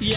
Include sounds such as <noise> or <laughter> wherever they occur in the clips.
屋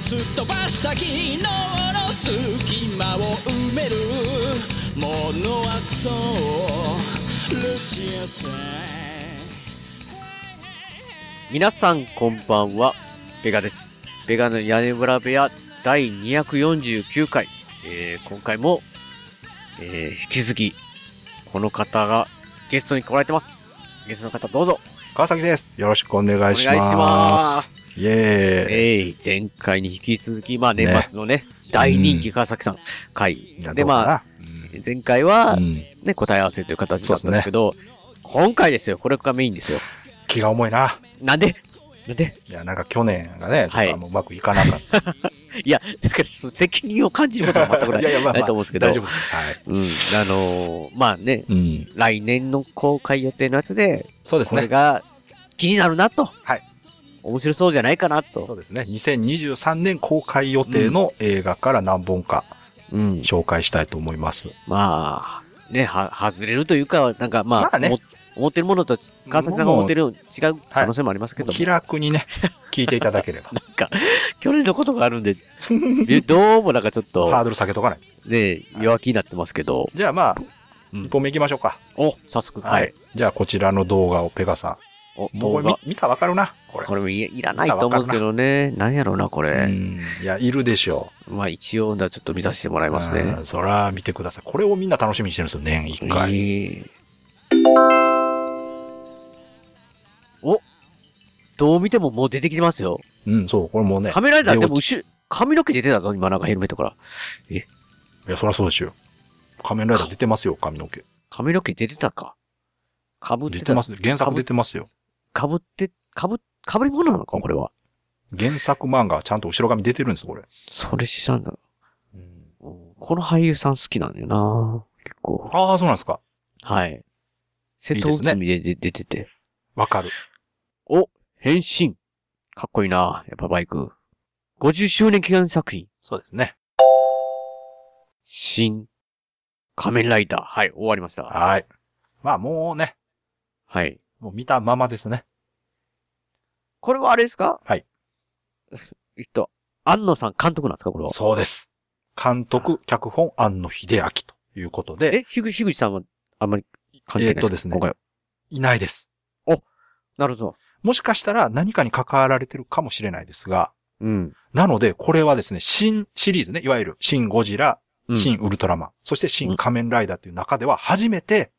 すっ飛ばした昨日の隙間を埋めるものはそうルチアさん皆さんこんばんは、ベガです。ベガの屋根裏部屋第249回。えー、今回も、えー、引き続き、この方がゲストに来られてます。ゲストの方どうぞ。川崎です。よろしくお願いします。お願いしますイェーイ。えー、前回に引き続き、まあ年ね末のね、大人気川崎さん回。いやで、まあ、、どう前回かなはう、んね、答え合わせという形だったんですけど、今回ですよ、これがメインですよ。気が重いな。なんでなんで <laughs> いや、なんか去年がね、はいあのうまくいかなかっいや、だからそう責任を感じることは全くなた。い。やいや、まないと思うんですけど <laughs> 大丈夫です。はい。うん、あのーまあね、うん。来年の公開予定のやつで、そうですこれね。が気になるなと。はい面白そうじゃないかなそうと。ですね。2023年公開予定の映画から何本かうん。紹介したいと思います。まあ、ね、は、外れるというか、なんかまあ、まあね思思ってるものとち、川崎さんが思ってるの違う可能性もありますけども、気楽に <laughs> ね、聞いていただければ。去年のことがあ <laughs> るんで、どうもなんかちょっハーと、ドル下げとかない。ね、弱気になってますけど、じゃあまあ、うん一本目行きましょうか。お、早速、はい。。じゃあこちらの動画をペガさお、ん。も動画うこれ見見たらわかるな。これ。これもいいらないと思うんですけどね。なんやろうな、こうれ。ん。いや、いるでしょう。まあ一応、ちょっと見させてもらいますねう。んそら、見てください。これをみんな楽しみにしてるんですよ、年一回。ええおどう見てももう出てきてますよ。うん、そう、これもうね。カメラだ、出で落もち後ろ、髪の毛出てたぞ、今なんかヘルメットから。いや、そらそうですよ。仮面ライダー出てますよ、髪の毛。髪の毛出てたか。かぶっ出ててた。ます。原作出てますよ。かぶって、かぶ、かぶり物なのか、これは。原作漫画、ちゃんと後ろ髪出てるんです、これ。それ知らんだ。この俳優さん好きなんだよな結構。ああ、そうなんですか。はい。瀬い戸ですね内海でで出てて。わかる。変身。かっこいいなやっぱバイク。50周年記念作品。そうですね。新、仮面ライダー。はい、終わりました。はい。まあ、もうね、はい。もう見たままですね。これはあれですかはい。 <laughs> えっと、安野さん監督なんですかこれは。そうです。監督、脚本、庵野秀明ということで、え、ひぐ、ひぐちさんはあんまり関係なえいっですかとですね今回は。いないです。なるほど。もしかしたら何かに関わられてるかもしれないですが、うん。なので、これはですね、新シリーズね、いわゆる、新ゴジラ、うん新ウルトラマン、そして新仮面ライダーという中では初めて、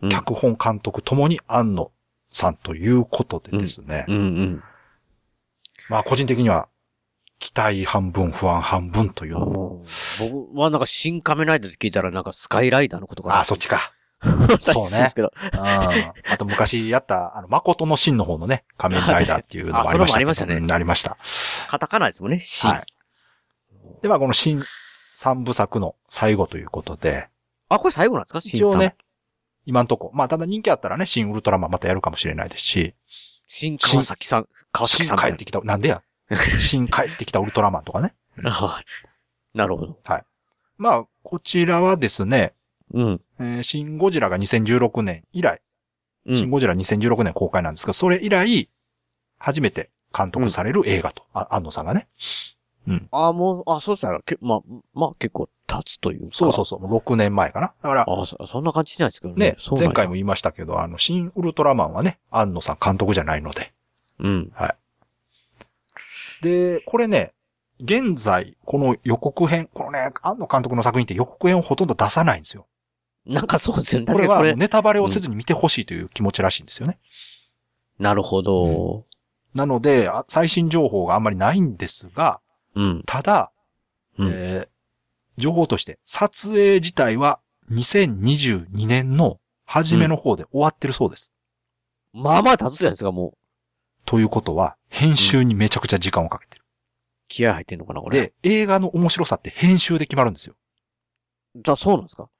うん脚本監督ともに安野さんということでですね。うんうん。まあ、個人的には、期待半分、不安半分というのも。僕はなんか新仮面ライダーって聞いたらなんかスカイライダーのことかな。あ <laughs> あ、そっちか。そうそうねですけど。うんあと昔やった、あの、誠の真の方のね、仮面ライダーっていうのがありまあ <laughs> それしたけど。もありましたねうんなりました。カタカナですもんね。新。はい。では、この新三部作の最後ということで、あ、これ最後なんですか新一さ応ん。ね、今んとこ。まあ、ただ人気あったらね、新ウルトラマンまたやるかもしれないですし、新川崎さん。川崎新さんみた帰いっな。てきた、なんでや。新帰ってきたウルトラマンとかね。 <laughs> はいなるほど。まあ、こちらはですね、うん。えー新ゴジラが2016年以来、う新ん。ゴジラ2016年公開なんですが、それ以来、初めて監督される映画と、あ安野さんがね。あ、もう、あ、そうしたら、けまあ、まあ結構経つというか。そうそうそう、もう6年前かな。だから、あそ、そんな感じしないですけどね。ね、そうなんや前回も。言いましたけど、あの、新ウルトラマンはね、安野さん監督じゃないので。うん。で、これね、現在、この予告編、このね、安野監督の作品って予告編をほとんど出さないんですよ。なんかそうですよね。こ確かにれこはれ。ネタバレをせずに見てほしいという気持ちらしいんですよね。なるほど。なので、あ最新情報があんまりないんですが、うん。ただ、うん。えー情報として、撮影自体は2022年の初めの方で終わってるそうです。まあまあ経つじゃないですか、もということは、編集にめちゃくちゃ時間をかけてる。気合入ってんのかな、これ。で、映画の面白さって編集で決まるんですよ。じゃあそうなんで <laughs> すか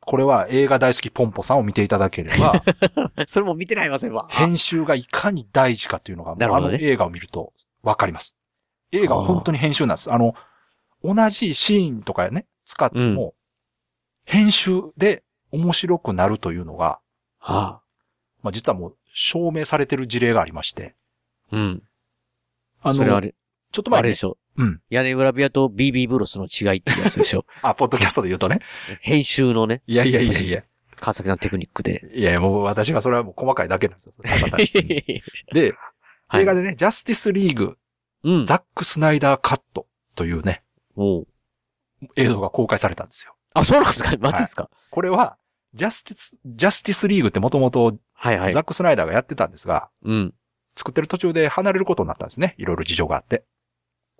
これは映画大好きポンポさんを見ていただけ <laughs> れば、それも見てないわ、それは。編集がいかに大事かというのが、なるあほどのね映画を見るとわかります。映画は本当に編集なんです。あの、同じシーンとかね、使っても、編集で面白くなるというのが、はまあ、実はもう証明されてる事例がありまして、あ、うん。あそれあの、れ、ちょっとあ前れにで、しょ。うん。屋根裏部屋と BB ブロスの違いってやつでし <laughs> ょ。あ、ポッドキャストで言うとね。編集のね、いやいやいやいや。川崎さんテクニックで。いやいや、もう私がそれはもう細かいだけなんですよ。それは <laughs> 語りで、はい映画でね、ジャスティスリーグ、うん。ザック・スナイダーカットというね、おう映像が公開されたんですよ。あ、そうなんですかマジですか、これは、ジャスティス、ジャスティスリーグってもともとはい、はいザック・スナイダーがやってたんですが、うん。作ってる途中で離れることになったんですね。いろいろ事情があって。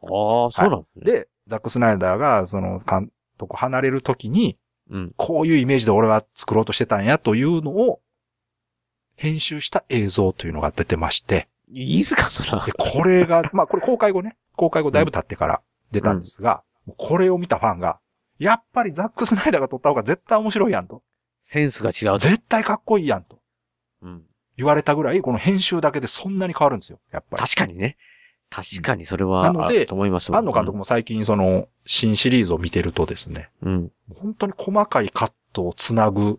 ああ、そうなんですね。で、ザック・スナイダーが、その監督離れるときに、うん。こういうイメージで俺は作ろうとしてたんやというのを、編集した映像というのが出てまして、いいっすかそらで、。これが、 <laughs> まあこれ公開後ね、公開後だいぶ経ってから出たんですが、これを見たファンが、やっぱりザック・スナイダーが撮った方が絶対面白いやんと。センスが違う。絶対かっこいいやんとうん。言われたぐらい、この編集だけでそんなに変わるんですよ、やっぱり。確かにね。確かにそれは、なのあでると思いますわ庵野監督も最近その、新シリーズを見てるとですね、うん。本当に細かいカットをつなぐ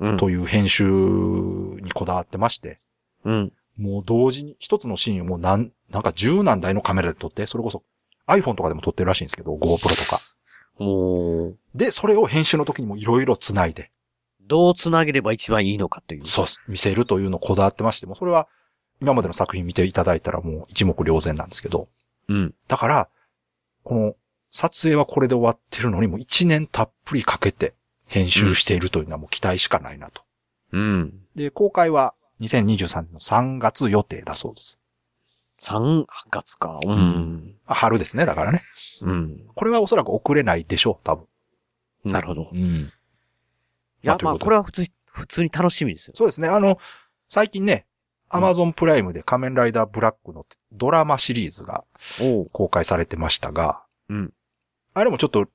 うん。という編集にこだわってまして、うん。もう同時に一つのシーンをもうなん、なんか十何台のカメラで撮って、それこそ iPhone とかでも撮ってるらしいんですけど、GoPro とか。もう、で、それを編集の時にもいろいろつないで、どう繋げれば一番いいのかという。そうです、見せるというのをこだわってまして、もうそれは今までの作品見ていただいたらもう一目瞭然なんですけど、うん。だから、この撮影はこれで終わってるのにもう一年たっぷりかけて編集しているというのはもう期待しかないなと。うん。で、公開は2023年の3月予定だそうです。 3月か。うん。あ春ですね、だからね。うん。これはおそらく遅れないでしょう、多分。なるほど。いうん。まあや、というまこあ、とでこれは普通、普通に楽しみですよ。そうですね、あの、最近ね、うアんマゾンプライムで仮面ライダーブラックのドラマシリーズがおう。公開されてましたが、うん。あれもちょっと、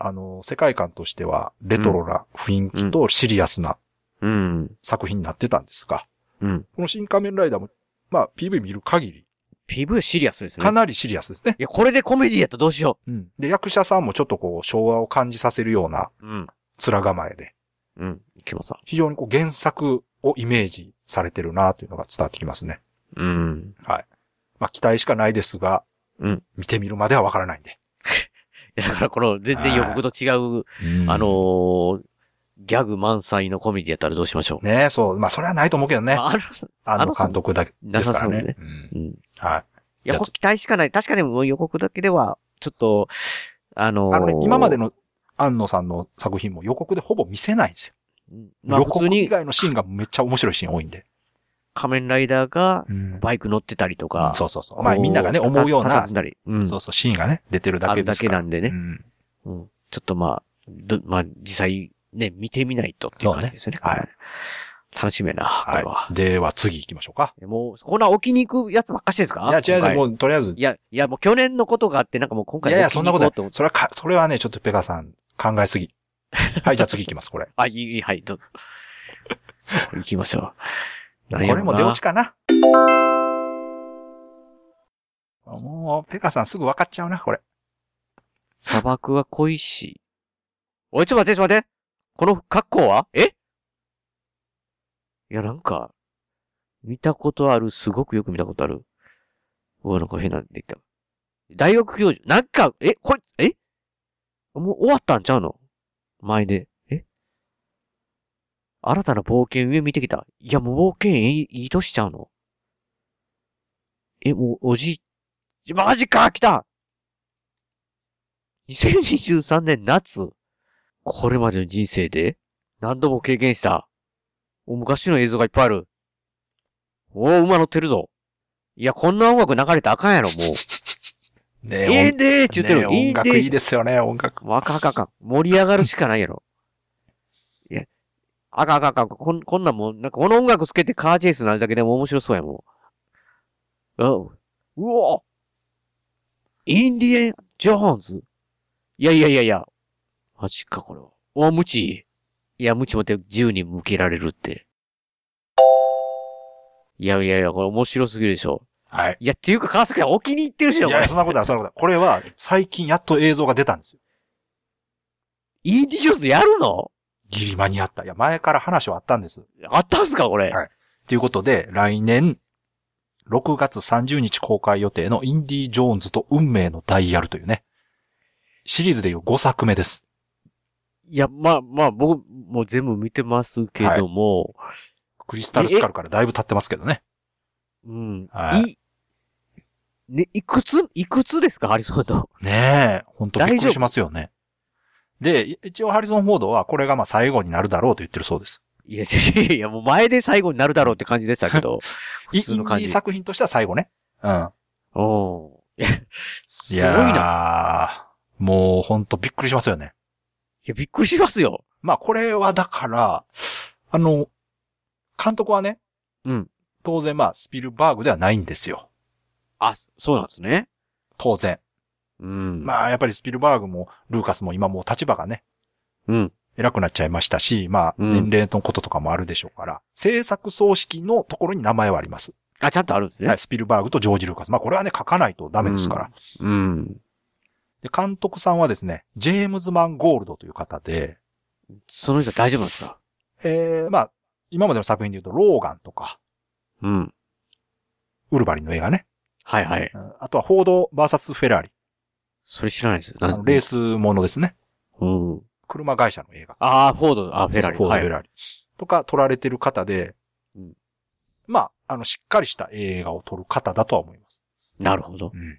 あの、世界観としてはレトロな雰囲気とシリアスなうん。作品になってたんですが、うん。この新仮面ライダーも、まあ、PV 見る限り、 PV シリアスですねか。なりシリアスですね。いや、これでコメディやったらどうしようん。で、役者さんもちょっとこう、昭和を感じさせるようなう。うん。面構えで、うん。池本さ非常にこう原作をイメージされてるなというのが伝わってきますね。ん。うん。まあ期待しかないですが、うん見てみるまではわからないんで。いやだからこの全然予告と違う、あの、ー、ギャグ満載のコメディやったらどうしましょう。ねそう、まあそれはないと思うけどね。ああの、ああのの監督だけなですさかそらうね。ね。うんうん。いはい。や、これ期待しかない。確かにもう予告だけでは、ちょっと、あのーあのね、今までの安野さんの作品も予告でほぼ見せないんですよ。まあ予普通告以に外のシーンがめっちゃ面白いシーン多いんで。仮面ライダーがうんバイク乗ってたりとか、そうそうそう。まあみんながね、思うようたなたずん、だり、うん、そうそう、シーンがね、出てるだあけるでだすけから。なんでうね、んうんちょっとまあ、どまあ実際ね、見てみないとっていう感じですよね。そうねはいこれ楽しみやな、これは。はい。では次行きましょうか。もう、こんな置きに行くやつばっかしですかいや、今違う違う、回もうとりあえずいや、いや、もう去年のことがあって、なんかもう今い回やいや、置きそんにな行ことうこないと思って。それはか、それはね、ちょっとペガさん考えすぎ。はい、じゃあ次行きます、こ <laughs> れ。あ、いい、いいはい、どうぞ。行きましょう。これも出落ちち。かな。もう、ペガさんすぐ分かっちゃうな、これ。砂漠は恋しい。おい、ちょっと待って、ちょっと待って。この格好はえいや、なんか、見たことある、すごくよく見たことある。うわ、なんか変なのできた。大学教授、なんか、え、これ、えもう終わったんちゃうの前で。え新たな冒険上見てきた。いや、もう冒険いい、いい年ちゃうのえ、もう、おじい、マジか来た !2023 年夏これまでの人生で何度も経験した。お昔の映像がいっぱいある。おお、馬乗ってるぞ。いや、こんな音楽流れたらあかんやろ、も <laughs> う。ねええ音でーって言ってる。ねい音いで楽いいーですよね、音楽。もうあかんあかんあかん。盛り上がるしかないやろ。いや、あかんあかんあかん。こん、こんなんもう、なんかこの音楽つけてカーチェイスになるだけでも面白そうやもん。うん。うおインディエン・ジョーンズいやいやいやいや。マジか、これは。お、無知。いや、無知待って、銃に向けられるって。いやいやいや、これ面白すぎるでしょ。はい。いや、っていうか、川崎さんお気に入ってるでしょ、いこや、れそん。なことない、そんなことない。これは、最近やっと映像が出たんですよ。インディ・ジョーンズやるのギリ間に合った。いや、前から話はあったんです。あったんすか、これ。はいということで、来年、6月30日公開予定のインディ・ジョーンズと運命のダイヤルというね、シリーズでいう5作目です。いや、まあまあ、僕も全部見てますけども、クリスタルスカルからだいぶ経ってますけどね。うん。はいい、ね、いくつ、いくつですか、ハリソンと。ねえ、本当びっ大く丈夫りしますよね。で、一応ハリソン・フォードはこれがまあ最後になるだろうと言ってるそうです。いや、いやいや、もう前で最後になるだろうって感じでしたけ <laughs> ど、普通の感インデじ。ィ作品としては最後ね。うん。うん。いや、すいごいな。やーもう本当びっくりしますよね。いや、びっくりしますよ。まあこれはだから、あの、監督はね、うん。当然まあスピルバーグではないんですよ。あ、そうなんですね。当然。うん。まあやっぱりスピルバーグもルーカスも今もう立場がね、うん。偉くなっちゃいましたし、まあうん年齢のこととかもあるでしょうから、制作葬式のところに名前はあります。あ、ちゃんとあるんですね。はい、スピルバーグとジョージ・ルーカス。まあこれはね、書かないとダメですから。うん。で、監督さんはですね、ジェームズ・マン・ゴールドという方で、その人大丈夫なんですかえー、まあ、今までの作品で言うと、ローガンとか、うん。ウルバリンの映画ね。はいはい。うんあとは、フォード VS フェラーリ。それ知らないです。あなのレースものですね。うん。車会社の映画。ああ、フォード、あ、フェラーリ。フォードはフェい。ラーリ。とか、撮られてる方でうん、まあ、あの、しっかりした映画を撮る方だとは思います。なるほど。うん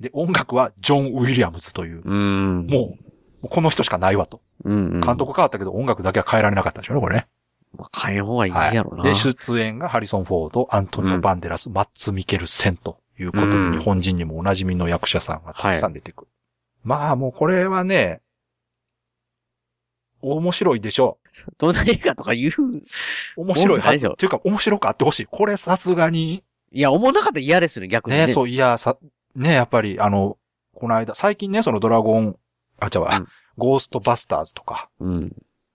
で、音楽は、ジョン・ウィリアムズという、うん。もう、もうこの人しかないわと。う、うん、うん。監。督変わったけど、音楽だけは変えられなかったんでしょうね、これね。まあ、変えん方がいいやろうな。で、出演がハリソン・フォード、アントニうオ・んバンデラス、マッツ・ミケルセンということで、うん日本人にもおなじみの役者さんがたくさん出てくる。まあ、もうこれはね、面白いでしょどんな映画とか言う。う。面白い面は白いでしず。ょっていうか、面白くあってほしい。これさすがに、いや、思わなかったら嫌ですね、逆にね。ね、そう、いや、さ、ね、やっぱり、あの、この間、最近ね、そのドラゴン、あ、違うわ、うんゴーストバスターズとか、う。うん。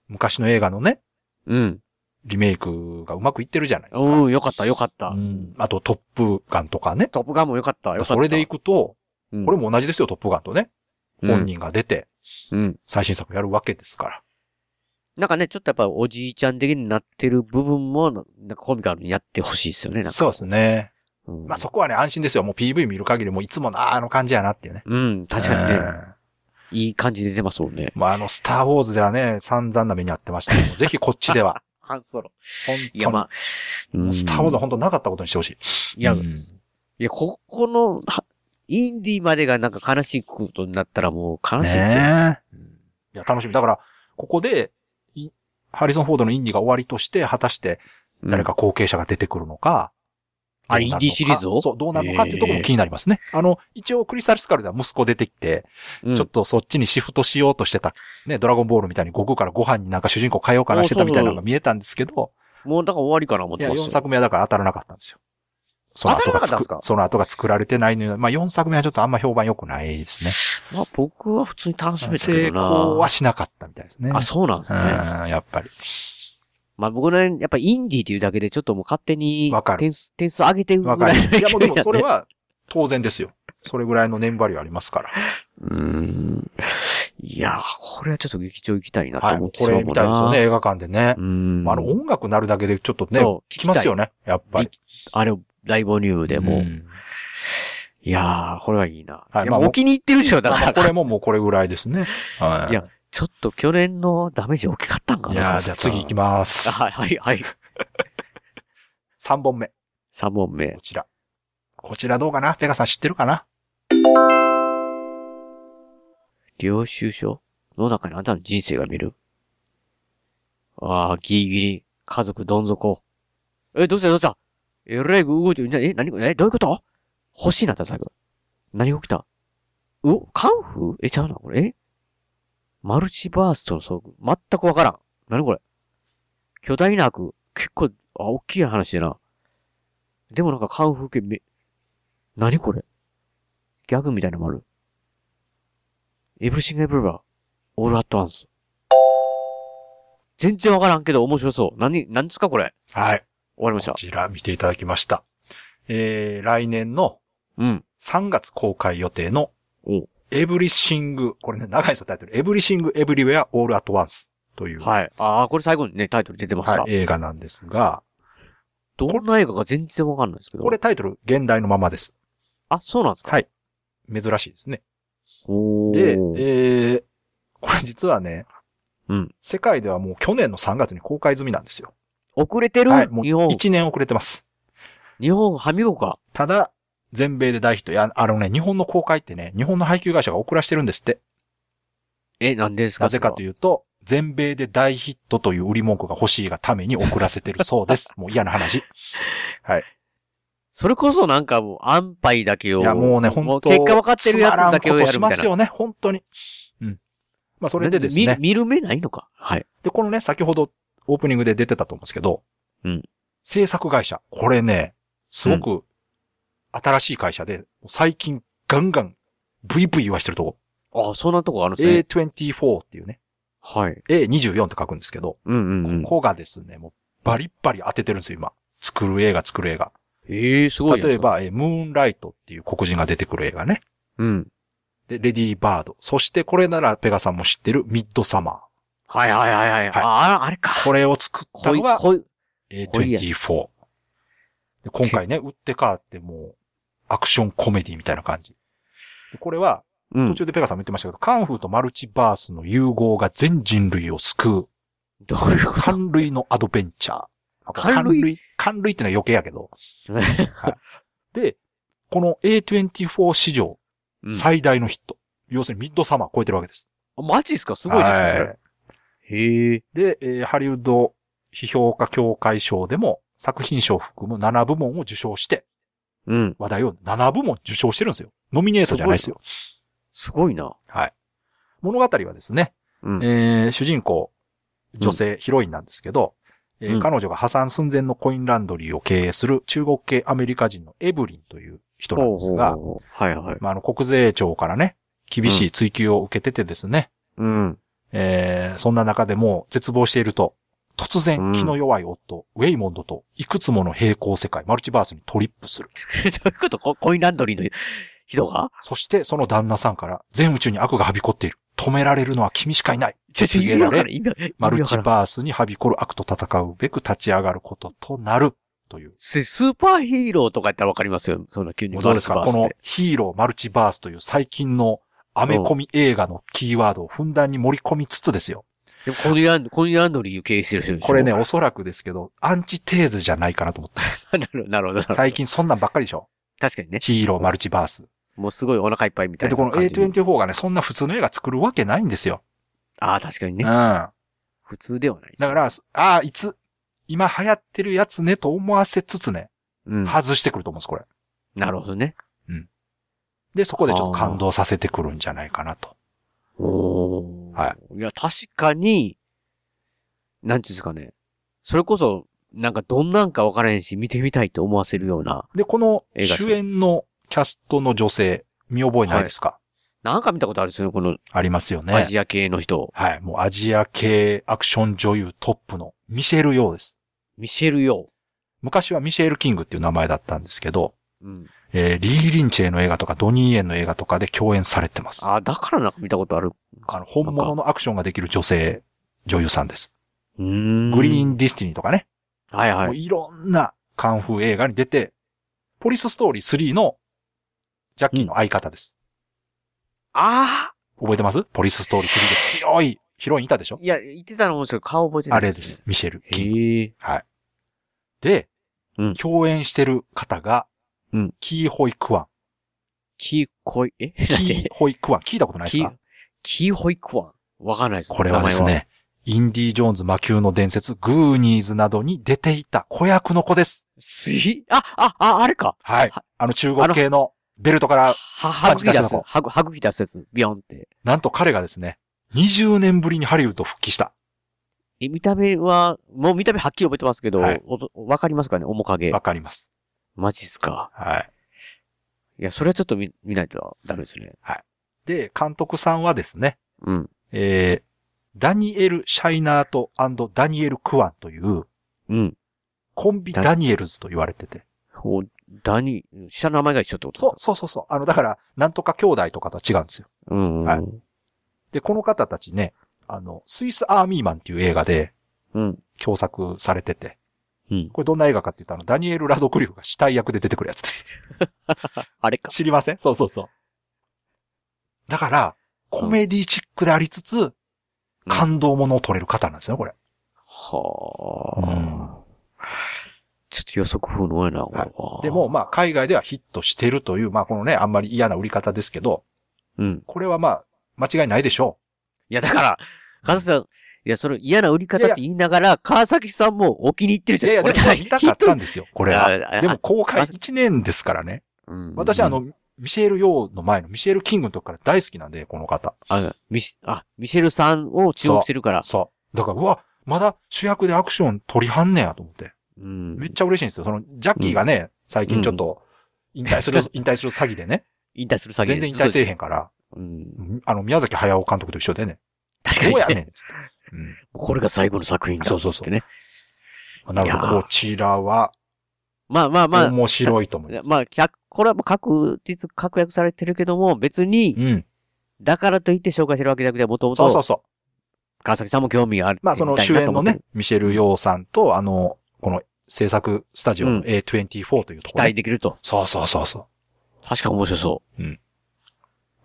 昔の映画のね、うん。リメイクがうまくいってるじゃないですか。うん、よかった、よかった。うんあと、トップガンとかね。トップガンもよかった、よかった。それでいくと、うん、これも同じですよ、トップガンとね。本人が出て、うん。うん。最新作やるわけですから。なんかね、ちょっとやっぱおじいちゃん的になってる部分も、ななんかコミカルにやってほしいですよね、なんか。そうですね。うん、まあそこはね、安心ですよ。もう PV 見る限りもういつものあーあの感じやなっていうね。うん、確かにうね、んいい感じで出てますもんね。まああの、スターウォーズではね、散々な目にあってましたけど、 <laughs> ぜひこっちでは。ハンソロ。本いや、当にまあ、うんスターウォーズは本当なかったことにしてほしい。いや、うんいや、ここの、はインディまでがなんか悲しいことになったらもう悲しいですよ。ねえうんいや、楽しみ。だから、ここで、いハリソン・フォードのインディが終わりとして、果たして誰。か後継者が出てくるのか。あどうなるのイかンディシリーズをそう、どうなるのかっていうところも気になりますね。あの、一応クリスタルスカルでは息子出てきて、うんちょっとそっちにシフトしようとしてた、ね、ドラゴンボールみたいに悟空からご飯になんか主人公変えようかなしてたみたいなのが見えたんですけど、もうだから終わりかな思っいてや、ますよ。 4作目はだから当たらなかったんですよ。その後当たらがなかったん作ですかその後が作られてないのに、まあ4作目はちょっとあんま評判良くないですね。まあ僕は普通に楽しめた成けどな。功はしなかったみたいですね。あ、そうなんですね。うん、やっぱり。まあ僕のやっぱインディーというだけでちょっともう勝手にわかる点数、点数上げてるぐらわいかの勢いる。いや、もうでもそれは。は <laughs> 当然ですよ。それぐらいの粘りはありますから。うーん。いやー、これはちょっと劇場行きたいなとはい。思こってしまうれもみんなたいですよね、。映画館でねう。ーん。まああの、音楽なるだけでちょっとね、そう聞きますよね。やっぱり。あれ、ライボニウムでも。うんいやー、これはいいな。はいいやまあもうお気に入ってるでしょ、だまあかまら。あこれももうこれぐらいですね。はいやちょっと去年のダメージ大きかったんかな。いやーじゃあ次行きます。 <laughs> はい、はい、はい。 3本目。 3問目こ。ちら。こちらどうかなペガさん知ってるかな領収書の中にあなたの人生が見る。ああ、ギリギリ。家族どん底。え、どうしたどうしたえらい動いてる。なえ、何え、どういうこと欲しいなった、最後。何が起きたうお、カンフーえ、ちゃうな、これ。えマルチバーストの遭遇。全くわからん。何これ巨大な悪。結構、あ、大きい話でな。でもなんかカンフー系め、何これギャグみたいなのもある。Everything Everywhere All at Once。全然わからんけど面白そう。何、何ですかこれ。はい。終わりこました。ちら見ていただきました。えー、来年のうん。 3月公開予定のおエブリシング、これね、長いですよ、タイトル。エブリシング・エブリウェア・オール・アット・ワンスという、はい。ああ、これ最後にね、タイトル出てました。はい映画なんですが、どんな映画か全然わかんないですけど。これ、タイトル、現代のままです。あ、そうなんですかはい。珍しいですね。おで、えー。ー、これ実はね、うん世界ではもう去年の3月に公開済みなんですよ。遅れてる、はい、もう日本。 1年遅れてます。日本、はみごか。ただ、全米で大ヒット。いや、あのね、日本の公開ってね、日本の配給会社が遅らしてるんですって。え、なんでですかなぜかというと、全米で大ヒットという売り文句が欲しいがために遅らせてるそうです。 <laughs> もう嫌な話。いそれこそなんかもう、安牌だけを。や、もうね、本もう当結果分かってるやつだけをやつるまみたいな。らんことしますよね、本当に。うん。まあ、それでですね。み見る目ないのか。はい。で、このね、先ほどオープニングで出てたと思うんですけど、うん制作会社。これね、すごく新しい会社で、最近ガンガン VV 言わしてるとこ。ああ、そんなとこあるんですね。 A24 っていうね、はい。 A24 って書くんですけど、うんうんうん。ここがですね、もうバリッバリ当ててるんですよ、今。作る映画、作る映画。ええすごい。例え、ば、えームーンライトっていう黒人が出てくる映画ね。うん。で、レディーバード。そして、これならペガさんも知ってるミッドサマはいはいはいはい。ああ、あれかー。。これを作ったこいのが、こい A24。で今回ね、打って変わってもう、アクションコメディみたいな感じ。でこれは、うん途。中でペガさんも言ってましたけど、カンフーとマルチバースの融合が全人類を救う、どういうこと寒類のアドベンチャー。寒類寒類ってのは余計やけど。で、この A24 史上うん最大のヒット。要するにミッドサマーを超えてるわけです。マジっすかすごいですね、それ。へえ。で、えーハリウッド批評家協会賞でも作品賞を含む7部門を受賞して、うん。話題を7部門受賞してるんですよ。ノミネートじゃないですよ。すごいな。物語はですね、うん。えー主人公、女性、ヒロインなんですけど、えーうん彼女が破産寸前のコインランドリーを経営する中国系アメリカ人のエブリンという人なんですが、ほうほうほうはいはい。まあ、あの国税庁からね、厳しい追及を受けててですね、 <laughs> うん。えーそんな中でも絶望していると、突う然ん気の弱い夫、ウェイモンドといくつもの平行世界、マルチバースにトリップする。どういうことココインランドリーの人がそしてその旦那さんから全宇宙に悪がはびこっている。止められるのは君しかいない。ちょ、ちょ、意告味げらわれからん意味わからんマル意チ味わからんバースにはびこる悪と戦うべく立ち上がることとなる。という。ススーパーヒーローとかやったらわかりますよ。そんな急にもうどうですかマルチこバースっのてヒーローマルチバースという最近のアメコミ映画のキーワードをふんだんに盛り込みつつですよ。でもコインランド、コインランドリーを経営してる人でしょこれね、。おそらくですけど、アンチテーゼじゃないかなと思ってます。なるほど、なるほど。最近そんなんばっかりでしょ確かにね。ヒーローマルチバース。もうすごいお腹いっぱいみただいなってこの感じに。 A24 がね、そんな普通の映画作るわけないんですよ。ああ、確かにうん。ね。だ普通ではないです。から、すああ、いつ、今流行ってるやつねと思わせつつね、うん。外してくると思うんです、これ。なるほどね。で、そこでちょっと感動させてくるんじゃないかなと。お。はいいや、確かに、なんちゅうんですかね。それこそ、なんかどんなんかわからへんし、見てみたいと思わせるような。で、この映画です主ね演のキャストの女性、見覚えないですか、なんか見たことあるんですよね、このありますよアね。ジア系の人。はい。もうアジア系アクション女優トップのミシェル・ヨーです。ミシェル・ヨ昔はミシェル・キングっていう名前だったんですけど、ー。うん。えーリー・リンチェの映画とかドニー・エンの映画とかで共演されてます。ああ、だからなんか見たことある。あの、本物のアクションができる女性、女優さんです。うーん。グリーン。ンディスティニーとかね。はいもはうい。いろんなカンフー映画に出て、ポリスストーリー3のジャッキーの相方です。あ覚えてますポリスストーリー3で強いヒロインいたでしょあいや、言ってたの思うんですけど、顔覚えてなあいれです。。ミシェル・キング。へえ。で、うん共演してる方が、うんキーホイ <laughs> クワン。キーコイ、えキなんーてホイクワン。聞いたことないですキかー、キーホイクワン。わかんないです。これはです名前。ね、インディ・ジョーンズ魔球の伝説、グーニーズなどに出ていた子役の子です。すいあ、あ、あ、あれか。はいは。あの中国系のベルトからは、はぐき出パンチ出しす。たのはぐ、はぐき出すやつ。ビヨンって。なんと彼がですね、20年ぶりにハリウッド復帰した。え、見た目は、もう見た目はっきり覚えてますけど、はいおとわかりますかね面影わ。かります。マジっすか。はい。いや、それはちょっと見、見ないとダメですね。で、監督さんはですね、うん。えー、ダニエル・シャイナートダニエル・クワンという、うん。コンビダニエルズと言われてて。お、ダニ、下の名前が一緒ってことそう、そうそうそう。あの、だから、なんとか兄弟とかとは違うんですよ。う。うん、うん。はいで、この方たちね、あの、スイス・アーミーマンっていう映画でうん。共作されてて。うん。これどんな映画かっていうと、あの、ダニエル・ラドクリフが死体役で出てくるやつ <laughs> です。あれか。知りませんそうそうそう。だから、コメディチックでありつつ、感動ものを取れる方なんですよ、これ。はあ、うんちょっと予測不能やな、これはでも、、まあ、海外ではヒットしてるという、まあ、このね、あんまり嫌な売り方ですけど、うん。これはまあ、間違いないでしょいや、だから、カズさん、いや、その嫌な売り方って言いながら、川崎さんもお気に入ってるう。じいゃやいん。や、こでれも見たかったんですよ、これは。ああでも、公開1年ですからね。うん私、あ、の、ミシェル・ヨーの前のミシェル・キングのとこから大好きなんで、この方。あミシあミシェルさんを注目してるから、そう。だから、うわ、まだ主役でアクション取りはんねやと思って。うんめっちゃ嬉しいんですよ。その、ジャッキーがね、最近ちょっと、引退する、引退する詐欺でね。引退する <laughs> 詐欺全然引退せえへんから。うん、あの、宮崎駿監督と一緒でね。確かどにうやね、ねんっつって。うん。これが最後の作品だそうそうそつっうてね。なるいほやど、ーこちらは、まあまあまあ、面白いと思います。まあ、100これはもう確実、確約されてるけども、別に、うん。だからといって紹介してるわけじゃなくて、もともそうそうとそ川崎さんも興味がある。う。まあ、そのみたい主なと演思のってるね、、ミシェル・ヨーさんと、あの、この制作スタジオうんの A24 というと期ころね、待できると。そうそうそうそう。確か面白そま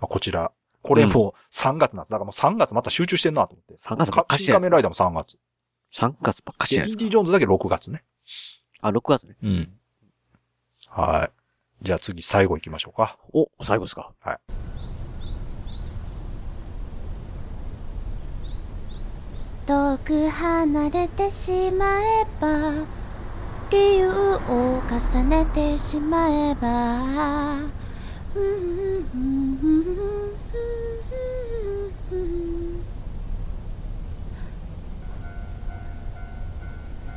あ、こちら。これもう3月なんです。だからもう3月また集中してんなと思って。 3月ばっかしじ新ゃ仮ないですか面ライダーも3う。月。3月ばっかしじでゃなイいですンかディ・ジョーンズだけ6月ね。あ、6月ね。うん。はい。じゃあ次、最後行きましょうか。お、最後ですか。はい。遠く離れてしまえば理由を重ねてしまえば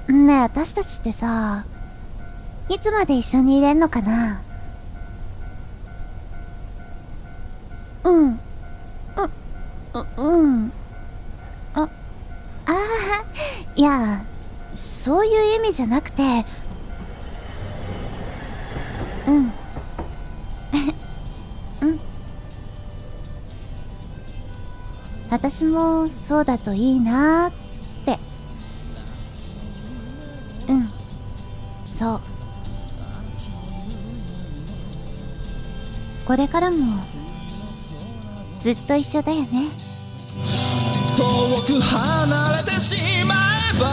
ねえ私たちってさいつまで一緒にいれんのかなうんうううんああいやそういう意味じゃなくてうん <laughs> うん私もそうだといいなーってうんそうこれからもずっと一緒だよね遠く離れてしまえば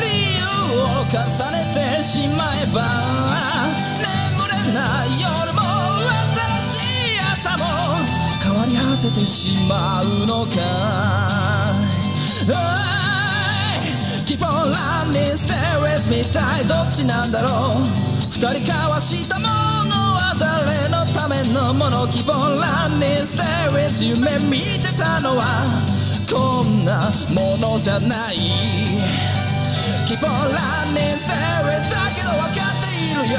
理由を重ねてしまえば眠れない夜も私朝も変わり果ててしまうのかおい Keep on running, stay with me 一体どっちなんだろう二人交わしたものは誰のためのもの Keep on running, stay with you 夢見てたのはこんなものじゃない Keep on running, stay with だけど分かっているよ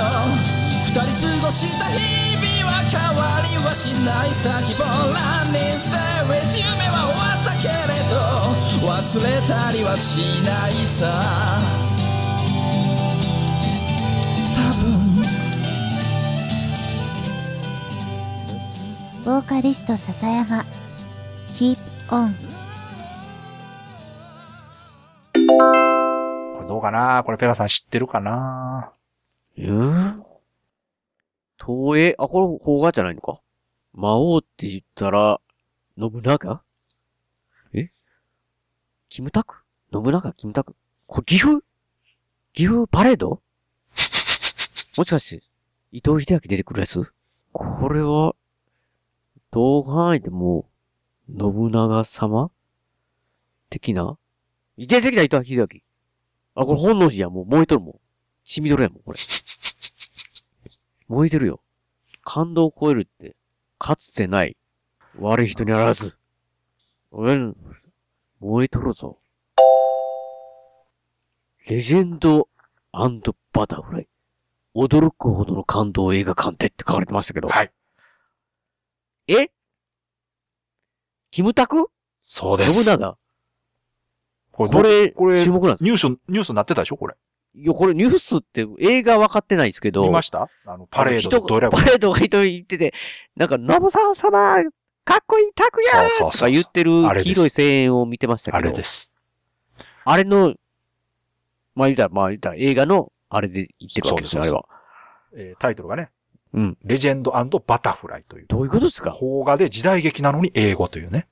二人過ごした日々は変わりはしないさ Keep on running, stay with 夢は終わったけれど忘れたりはしないさ多分ボーカリスト笹山 Keep on これどうかなこれペガさん知ってるかなうん東映、あ、これ邦画じゃないのか。魔王って言ったら、信長えキムタク信長キムタクこれ岐阜岐阜パレードもしかして、伊藤秀明出てくるやつこれは、同範囲でもう、信長様的ないて出てきた伊藤秀明。あ、これ本能寺や、もう燃えとるもん。血みどろやもん、これ。燃えてるよ。感動を超えるって、かつてない。悪い人にあらず。うん。燃えとるぞ。レジェンドバタフライ。驚くほどの感動映画鑑定って書かれてましたけど。はい。えキムタクそうで信す。長ここれ、れ、これ注目なんですニュース、ニュースになってたでしょこれ。いや、これニュースって映画分かってないですけど。見ましたあの、パレード人でどうやがパらレードが一人行ってて、なんか、ノブさん様、かっこいい、拓也そうそうそうとか言ってるあれです黄色い声援を見てましたけど。あれです。あれの、まあ言うたら、まあ言うたら映画の、あれで言ってるわけですよ、あそうですれは。えータイトルがね、うん。レジェンドバタフライという。どういうことですか邦画で時代劇なのに英語というね。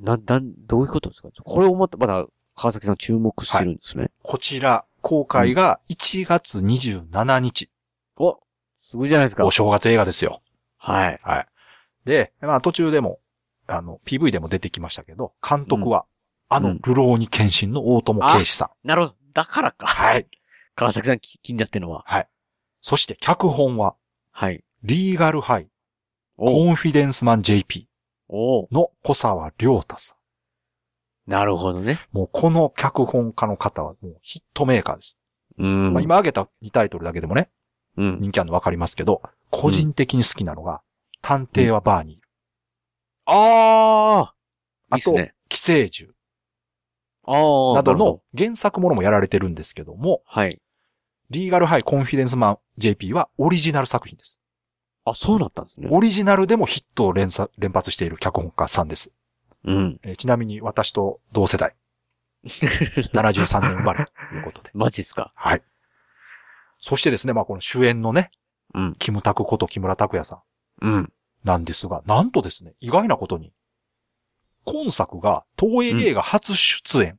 なん、なん、どういうことですかこれをまた、まだ、川崎さん注目してるんですね。こちら、公開が1月27日、お、すごいじゃないですかお。正月映画ですよ。はい。はい。で、まあ途中でも、あの、PV でも出てきましたけど、監督は、あうのん、ルローニケンシンの大友圭司さん。なるほど。だからか。はい。川崎さんき気になってるのは。そして、脚本は、はい。リーガルハイ、おコンフィデンスマン JP おの小沢良太さなるほどね。ん。もうこの脚本家の方はもうヒットメーカーです。うん。まあ、今挙げた2タイトルだけでもね、うん。人気あるのわかりますけど、個人的に好きなのが、探偵はバーにいる。あああいいっすと、ね。寄生獣ああ。などるほの原作ものもやられてるんですけども、はい。リーガルハイコンフィデンスマン JP はオリジナル作品です。あ、そうだったんですね。オリジナルでもヒットを連鎖連発している脚本家さんです。うん。えーちなみに私と同世代、73年生まれということで。 <laughs> マジっすか。はい。そしてですね、まあこの主演のね、うん。キムタクこと木村拓哉さうん。んなんですが、なんとですね、意外なことに、今作が東映映画初出演。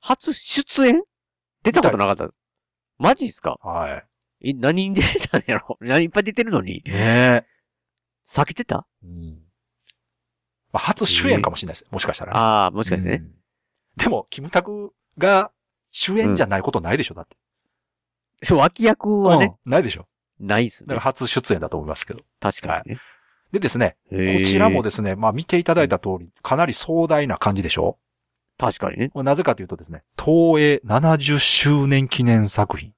初出演出たことなかった。マジっすかはえ、何に出てたんやろ何いっぱい出てるのにい。。ね避けてたえ。うん。まあ、初主演かもしれないです。もしかしたら、ね。ああ、もしかしてね。うんでも、キムタクが主演じゃないことないでしょ、だって。そう、脇役はね、うんないでしょ。ないっすだかねら。初出演だと思いますけど。確かにね。でですね、へーこちらもですね、まあ見ていただいた通り、かなり壮大な感じでしょ確かにね。これなぜかというとですね、東映70周年記念作品。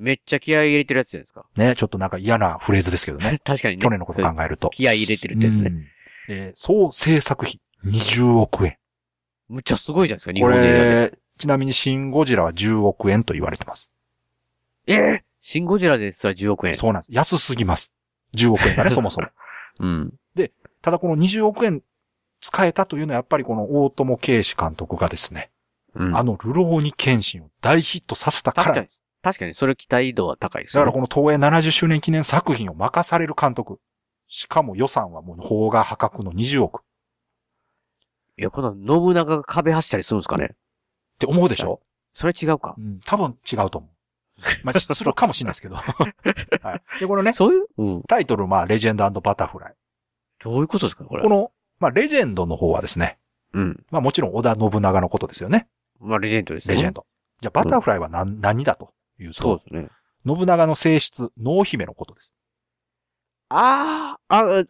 めっちゃ気合い入れてるやつじゃないですか。。ね、ちょっとなんか嫌なフレーズですけ <laughs> どね確かにね。去年のことそう考えると。気合い入れてるってやつうね。んえー総制作費20億円。むっちゃすごいじゃないですか、日こ本で映画で。れ、ちなみにシン・ゴジラは10億円と言われてます。ええシンゴジラですら10億円。そうなんです。安すぎます。10億 <laughs> 円がね、そもそも。うん。ただこの20億円使えたというのはやっぱりこの大友圭司監督がですね、うん。あのルローニケンシンを大ヒットさせたからなんです。確かに、それ期待度は高いですだね。からこの東映70周年記念作品を任される監督。しかも予算はもう邦画破格の20億っいや、この信長が壁走ったりするんですかねて思うでしょそれ違うかう。ん、多分違うと思う。まあ、するかもしれないで <laughs> すけど。はい。で、このね、そういううん。タイトル、まあ、レジェンドバタフライ。どういうことですかこれ。この、まあ、レジェンドの方はですね、うん。まあ、もちろん織田信長のことですよね。まあ、レジェンドですね。レジェンド。じゃあ、バタフライは何、何だというと、そうですね。信長の性質、濃姫のことです。ああ、あ、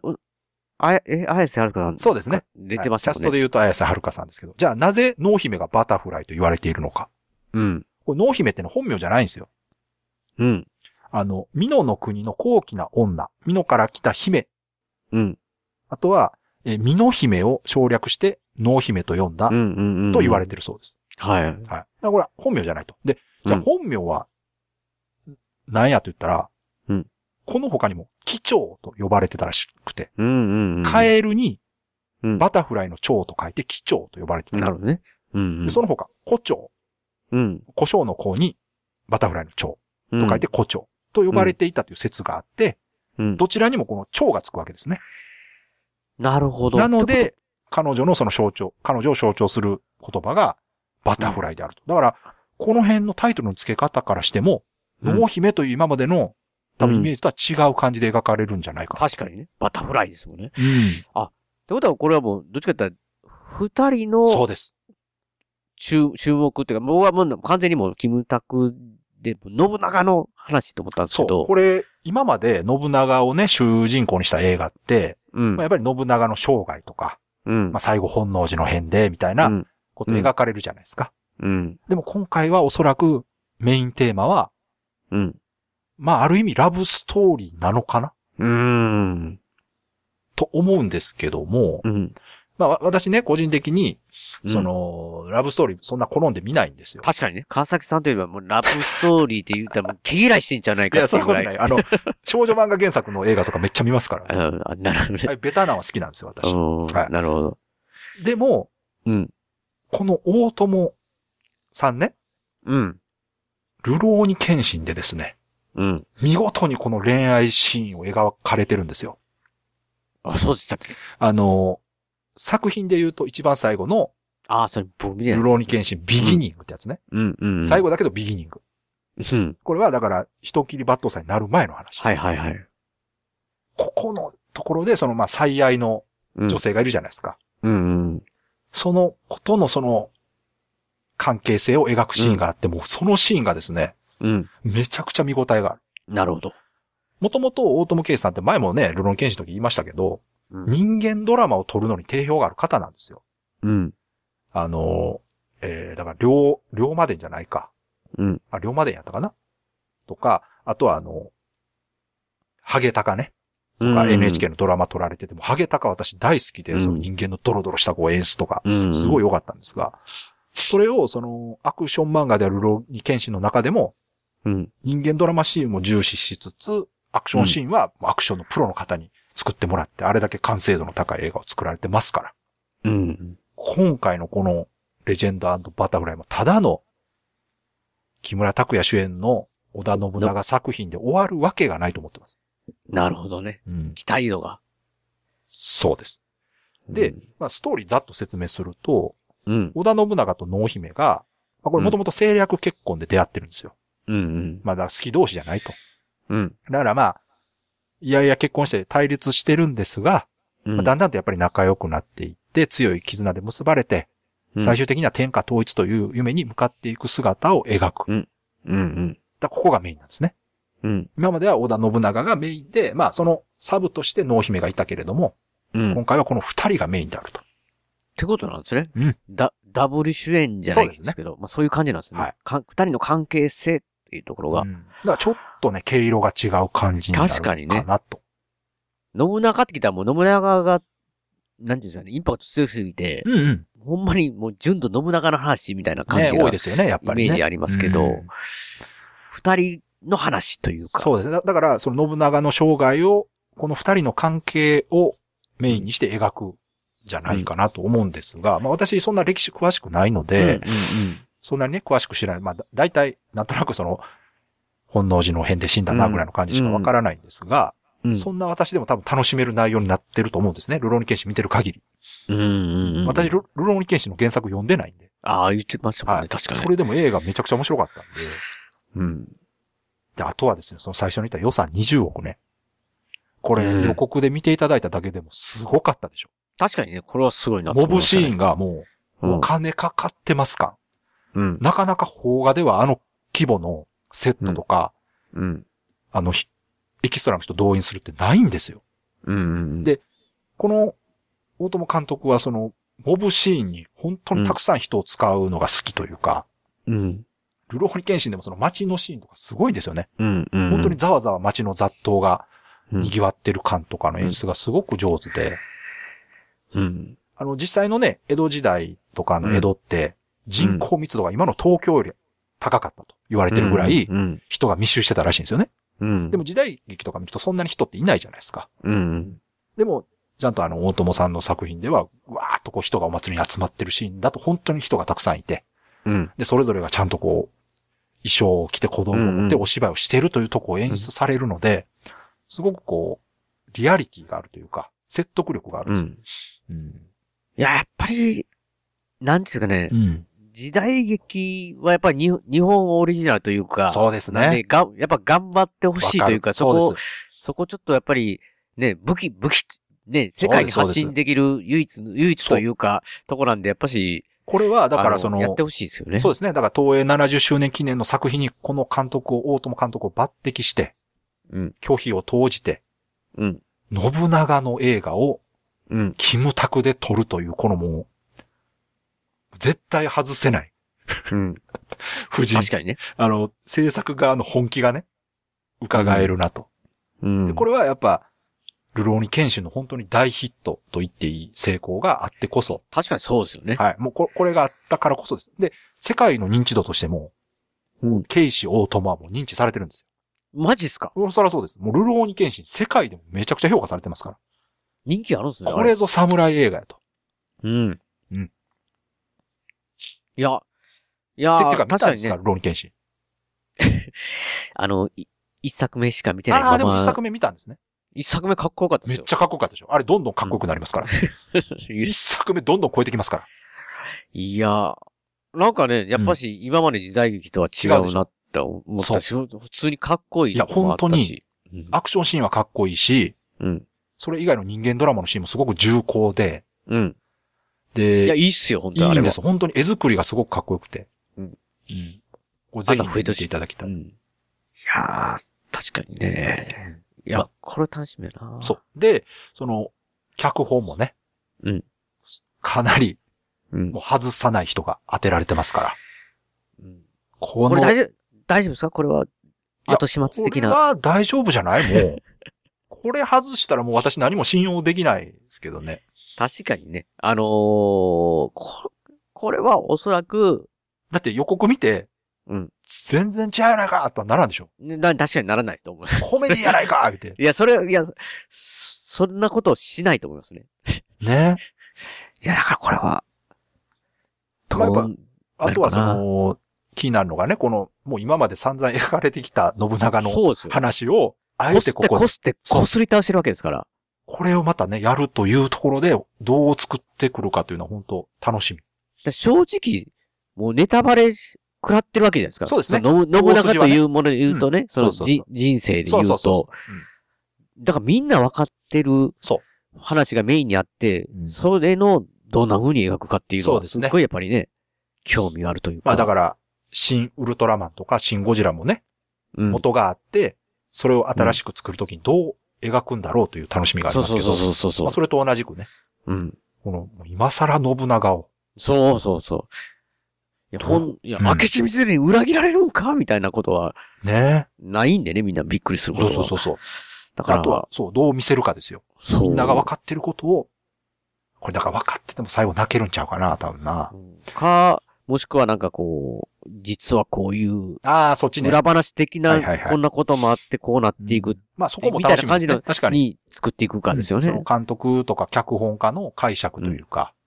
あ、え、あやせはるかさん。そうですね。出てましはたいキもんャストね。で言うと綾瀬はるかさんですけど、じゃあなぜ濃姫がバタフライと言われているのか。うん。これ濃姫ってのは本名じゃないんですよ。うん。あの、美濃の国の高貴な女、美濃から来た姫、うん。あとは、えー美濃姫を省略して濃姫と呼んだうん。うん。うんと言われててるそうです。はい。はい。だからこれは本名じゃないと。で、じゃうあん本名は、何やと言ったら、うんこの他にも、貴蝶と呼ばれてたらしくて、うんうんうん。カエルにうんバタフライの蝶と書いて貴蝶と呼ばれてた。なるほどね。うん。うんでその他、胡蝶、うん。胡椒の子にバタフライの蝶とと書いて。胡蝶と呼ばれていたという説があって、うん。どちらにもこの蝶がつくわけですね。なるほど。なので、彼女のその象徴、彼女を象徴する言葉がバタフライであると。だから、この辺のタイトルの付け方からしても、うん、濃姫という今までの多分うんイメージとは違う感じで描かれるんじゃないか。確かにね。バタフライですもんね。っうんてことは、これはもう、どっちかって言ったら、二人の、そうです。注、注目っていうか、僕はもう完全にもう、キムタクで、信長の話と思ったんですけそう。ど。これ、今まで信長をね、主人公にした映画って、うんまあ、やっぱり信長の生涯とか、うんまあ、。最後本能寺の変で、みたいなうんこと描かれるじゃないですか。うん。でも今回はおそらくメインテーマはうん。まあ、ある意味ラブストーリーなのかなうーん。と思うんですけども、うん。まあ、わ私ね、個人的に、うんそ、の、ラブストーリーそんな好んで見ないんで <laughs> すよ。確かにね、川崎さんといえばもうラブストーリーって言ったらもう毛嫌いしてんじゃないいかや、ってそいんうなぐことら。<laughs> ないい。あの、少女漫画原作の映画とかめっちゃ見ますから。ああなるほどはねい、ベタなは好きなんですよ、私。うんはいなるほど。でも、うん。この大友さんね、うん。流浪に剣心でですね、うん。見事にこの恋愛シーンを描かれてるんですよ。あ、そうでしたっけあの、作品で言うと一番最後の、ああ、それ僕みたいルな。ローニケンシン、ビギニングってやつね。うんうん。最。後だけどビギニング。うん。これはだから、人切り抜刀祭になる前の話。はいはいはい。ここのところで、その、まあ、最愛のうん女性がいるじゃないですか。うんうん。そのことのその、関係性を描くシーンがあって、もうそのシーンがですね、うん。めちゃくちゃ見応えがある。なるほど。もともと大友圭さんって前もね、ルローニケンシンの時言いましたけど、うん。人間ドラマを撮るのに定評がある方なんですよ。うん。あの、えー、だから、両、両までじゃないか。うん。あ、龍馬伝やったかなとか、あとはあの、ハゲタカね。うんが NHK のドラマ撮られてても、ハゲタカ私大好きうで、んその人間のドロドロしたこう演出とか、うん。すごいい。良かったんですが、それをそのアクション漫画であるローニケンシンの中でも、うん。人間ドラマシーンも重視しつつ、アクションシーンはアクションのプロの方に作ってもらって、あれだけ完成度の高い映画を作られてますから。うん。今回のこのレジェンドバタフライもただの木村拓哉主演の織田信長作品で終わるわけがないと思ってます。なるほどね。うん。期待度が。そうです。でうん、まあ、ストーリーざっと説明すると、うん。織田信長と濃姫が、まあ、これもともと政略結婚で出会ってるんですよ。うん。まあだから好き同士じゃないと。うん。だからまあ、いやいや結婚して対立してるんですが、うまあん。だんだんとやっぱり仲良くなっていって、強い絆で結ばれて、最終的には天下統一という夢に向かっていく姿を描く。うん。だここがメインなんですね。うん。今までは織田信長がメインで、まあそのサブとして濃姫がいたけれども、うん。うん。っ今回はこの二人がメインであると。てことなんですね。うん。だ、ダブル主演じゃないですけど、まあそういう感じなんですね。はいかん二人の関係性っていうところがう、んだからちょっとね、毛色が違う感じになる確かかにねなと。信長ってきたらもう信長が、なんていうんですかね、インパクト強すぎて、うんうん。ほんまにもう純度信長の話みたいな感ね、じ多が、いですよね、やっイぱりね。メージありますけうどん、二、人の話というか。そうですね。だだから、その信長の生涯を、この二人の関係をメインにして描くんじゃないかなと思うんですが、まあ私そんな歴史詳しくないのうん。で、うんそんなにね、詳しく知らない。まあ、だ大体、なんとなくその、本能寺の変で死んだな、ぐらいの感じしかわからないんですが、うん。そんな私でも多分楽しめる内容になってると思うんですね。ルローニケンシン見てる限り。うんうんうん。私ル、ルローニケンシンの原作読んでないんで。ああ、言ってましたもんね、確かに。それでも映画めちゃくちゃ面白かったんで。うん。で、あとはですね、その最初に言った予算20億ね。こうんれ、予告で見ていただいただけでもすごかったでしょ。確かにね、これはすごいなとモ思いブましたシねーンがもう、お金かかってますか、うん。なかなか邦画ではあの規模のセットとか、うん。あの、ひエキストラの人動員するってないんですよ。うん。うん。でこの、大友監督はその、モブシーンに本当にたくさん人を使うのが好きというか、うん。ルローニケンシンでもその街のシーンとかすごいですよね。うん。うん。本当にざわざわ街の雑踏がうん、賑わってる感とかの演出がすごく上手で、うん。あの、実際のね、江戸時代とかの江戸って、人口密度が今の東京より高かったと言われてるぐらい、うん。人が密集してたらしいんですよね。うん。でも時代劇とか見るとそんなに人っていないじゃないですか。うん。でも、ちゃんとあの、大友さんの作品では、わーっとこう人がお祭りに集まってるシーンだと本当に人がたくさんいて、うん。で、それぞれがちゃんとこう、衣装を着て子供を持ってうんうんお芝居をしてるというとこを演出されるので、すごくこう、リアリティがあるというか、説得力があるうんですよ。ん。うん。いや、やっぱり、なんですかねう、ん。時代劇はやっぱりに日本オリジナルというか、そうですなんでね。がやっぱ頑張ってほしいというか、わるそそうこで、すそこちょっとやっぱり、ね、武器、武器、ね、世界にそうです発信できる唯一、唯一というか、とこなんで、やっぱし、これは、だかあらその、やってほしいですよね。そううですね。だから東映70周年記念の作品にこの監督を、大友監督を抜擢して、うん拒否を投じて、うん信長の映画をん。キムタクで撮るという、このもう、絶対外せない。うん。夫人確、かにね。あの、制作側の本気がね、伺えるなと。うんで、。これはやっぱ、ルローニケンシンの本当に大ヒットと言っていい成功があってこそ、確かにそうですよね。はい。もうここれがあったからこそです。で、世界の認知度としても、うんケイシオートマはもう認知されてるんですマジっすかよ。そりゃそうです。もうルローニケンシン、世界でもめちゃくちゃ評価されてますか人気あるんですね。ら。あこれ。ぞ侍映画やと。うん。うん。いや、いやててー、か、見確たかんでにすか、ねル、ローニケンシン。あの、い一作目しか見てないああ、でまもま一作目見たんですね。一作目かっこよかったでめすっよ。ちゃかっこよかったでしょ。あれ、どんどんかっこよくなりますから。一作目どんどん超えてきますから。いやー、なんかね、やっぱし今まで時代劇とは違違うでうしなょって思ったし、普通にかっこいいのもあったし。いや、アクションシーンはかっこいいし、うん。それ以外の人間ドラマのシーンもすごく重厚で、うん。いや、で、いいいっすよ、本当にあいれんではす。。本当に絵作りがすごくかっこよくて。うんうん。これぜひあと増え見てほしいていただきたうい。ん。いやー、確かにね。いや、これ楽しみやな。そう。で、その、脚本もね。うんかなり、う。うんもう。外さない人が当てられてますから。うんここの、れ大い丈夫、大丈夫ですかこれは、や後始末的これな。は大丈夫じゃないもう。これ外したらもう私何も信用できないですけどね。確かにね。あのー、ここれはおそらく、だって予告見て、うん全然違うやないかとはならん <laughs> でしょ。ねな、確かにならないと思う。コメディやないか言って。いや、それ、いや、そそんなことをしないと思いますね。ね。いや、だからこれは、まあやっどぱうあとはそなるの、気になるのがね、この、もう今まで散々描かれてきた信長のそうですよ。話を、あこえすてっこて、ここで、すって、こすり倒してるわけですから。これをまたね、やるというところで、どう作ってくるかというのは本当楽しみ。だから正直、もうネタバレし食らってるわけじゃないですか。そうですねの信大筋長とはねいうもので言うとね、そのそうそうじそ人生でそ言ううそうそうとそ、う。うんだからみんな分かってるそ話がメインにあって、うんそれのどんな風に描くかっていうのそは、うですすねっごいやっぱりね、興味があるというか。まあだら、から、新ウルトラマンとか新ゴジラもね、うん、元があって、それを新しく作るときにどう描くんだろうという楽しみがありそうますそうけど、そうそうそうまあ。それと同じくね、うん。この、今更信長を、そうそうそう。いや、ほん、いや、うん明智光秀に裏切られるんかみたいなことはね。ないんでね、みんなびっくりすることそうは。そうそうそう。だから、あとは、そう、どう見せるかですよ。そう、みんなが分かってることを、これだから分かってても最後泣けるんちゃうかな、多分な。か、もしくはなんかこう、実はこういうああ、そっちね。裏話的はないはいは、いこんなこともあって、こうなっていく、まあそこも楽しみたいみですね。な感じの確かに。に作っていくかですようんね。その監督とか脚本家の解釈というか、うん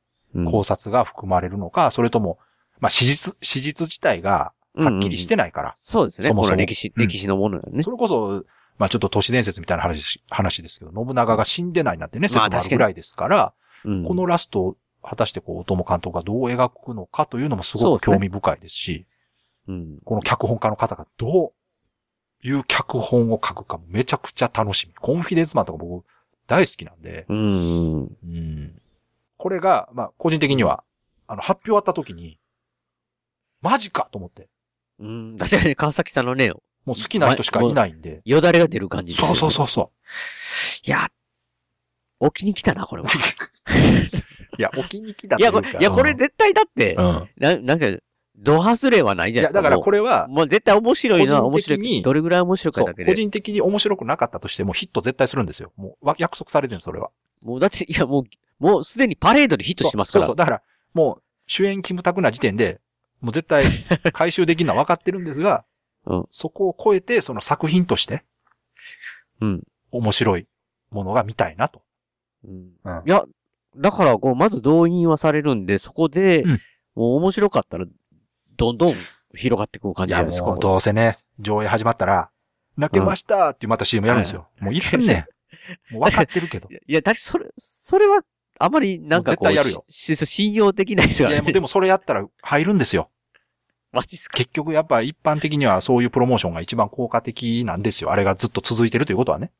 考察が含まれるのか、それとも、まあ史実、史実自体がうんうんはっきりしてないから、そうですね。そもそもこの歴史、うん歴史のものだね。それこそ、まあちょっと都市伝説みたいな話、話ですけど、信長が死んでないなんてね、説まあもあるぐらいですから、うんこのラストを果たしてこう、大友監督がどう描くのかというのもすそうごでくすね興味深いですし、うん。この脚本家の方がどういう脚本を書くかもめちゃくちゃ楽しみ。コンフィデンスマンとか僕大好きなんで、うん。これが、まあ、個人的には、あの、発表あった時に、マジかと思って、うん。確かに川崎さんのね、もう好きな人しかいないんで、よだれが出る感じですよそうねそうそうそいや、起きに来たな、これは。う。いや、お気に来だいや、これ、いや、これ絶対だってう、ん。な、なんか、ドハスレはないいじゃなや、いですか。だからこれれは、もう絶対面白いのは面個人白的いにけど。どれぐらい面白いかそだうけ、個で。人的に面白くなかったとしてもヒット絶対するんですよ。もうわ、約束されてるそれは。もうだって、いや、もう、もうすでにパレードでヒットしてますから。、そうそうそう。だから、もう、主演キムタクな時点で、もう絶対回収できるのは分かってるんですがうんそこを超えて、その作品としてうん。面白いものが見たいなと。うんうんいや、だから、こう、まず動員はされるんで、そこで、うんもう面白かったら、どんどん広がってくる感じいじゃなや、いですか。もうどうせね、上映始まったら、泣けましたっていうまた CM やるんですよ。もういけんねん。もう分かってるけど。いやいや、だってそれ、それは、あまり、なんかこう、もう絶対やるよしし信用できないですいよね。や、もうでもそれやったら入るんですよ。マジっすか。結局やっぱ一般的にはそういうプロモーションが一番効果的なんですよ。あれがずっと続いてるということはね。